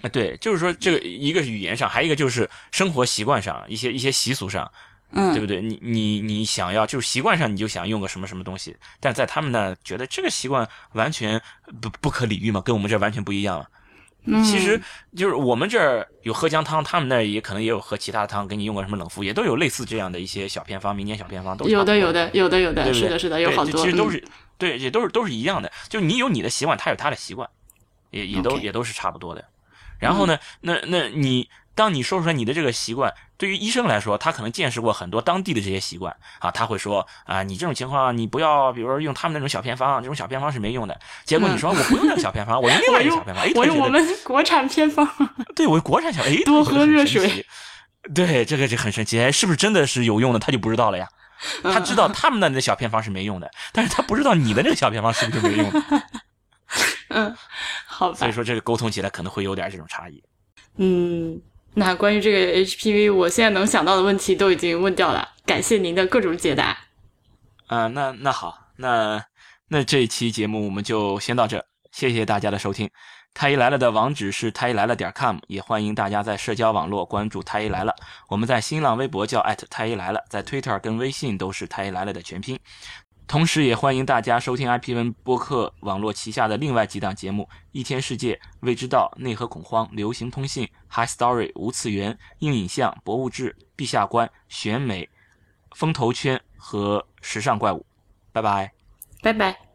啊，对，就是说这个一个是语言上，还有一个就是生活习惯上，一些一些习俗上，
嗯
对不对？你你你想要就是习惯上，你就想用个什么什么东西，但在他们那觉得这个习惯完全不不可理喻嘛，跟我们这完全不一样嘛。
嗯
其实就是我们这儿有喝姜汤，他们那儿也可能也有喝其他的汤，给你用个什么冷敷，也都有类似这样的一些小偏方、民间小偏方，都差
有
不
的
多
有的有的有的，
对不
是
对
的是的，有
对
好
这
多，
其实都
嗯
是、对，也都是都是一样的，就你有你的习惯，他有他的习惯，也也都
OK 嗯
也都是差不多的。然后呢，那那你当你说出来你的这个习惯，对于医生来说，他可能见识过很多当地的这些习惯啊，他会说啊，你这种情况你不要，比如说用他们那种小偏方，这种小偏方是没用的。结果你说我不用那个小偏方，我用另
我
外一个
用
小
[laughs]
偏方，哎，
嗯我
他
用
觉得
我们国产偏
[laughs]
方，
对我国产小哎，
多
我觉得
喝
很
热
神
水
奇。对，这个就很神奇，哎，是不是真的是有用的？他就不知道了呀。他知道他们那里的小偏方是没用的，但是他不知道你的那个小偏方是不是没用 [laughs] 的。
嗯， [laughs] 好吧，
所以说这个沟通起来可能会有点这种差异。
嗯，那关于这个 HPV，我现在能想到的问题都已经问掉了，感谢您的各种解答。
啊、那那好，那那这一期节目我们就先到这，谢谢大家的收听。太医来了的网址是太医来了点 com，也欢迎大家在社交网络关注太医来了。我们在新浪微博叫太医来了，在 Twitter 跟微信都是太医来了的全拼。同时，也欢迎大家收听 IP 文播客网络旗下的另外几档节目：《一天世界》《未知道》《内核恐慌》《流行通信》《High Story》《无次元》《硬影像》《博物志》《陛下观》《选美》《风投圈》和《时尚怪物》。拜拜。
拜拜。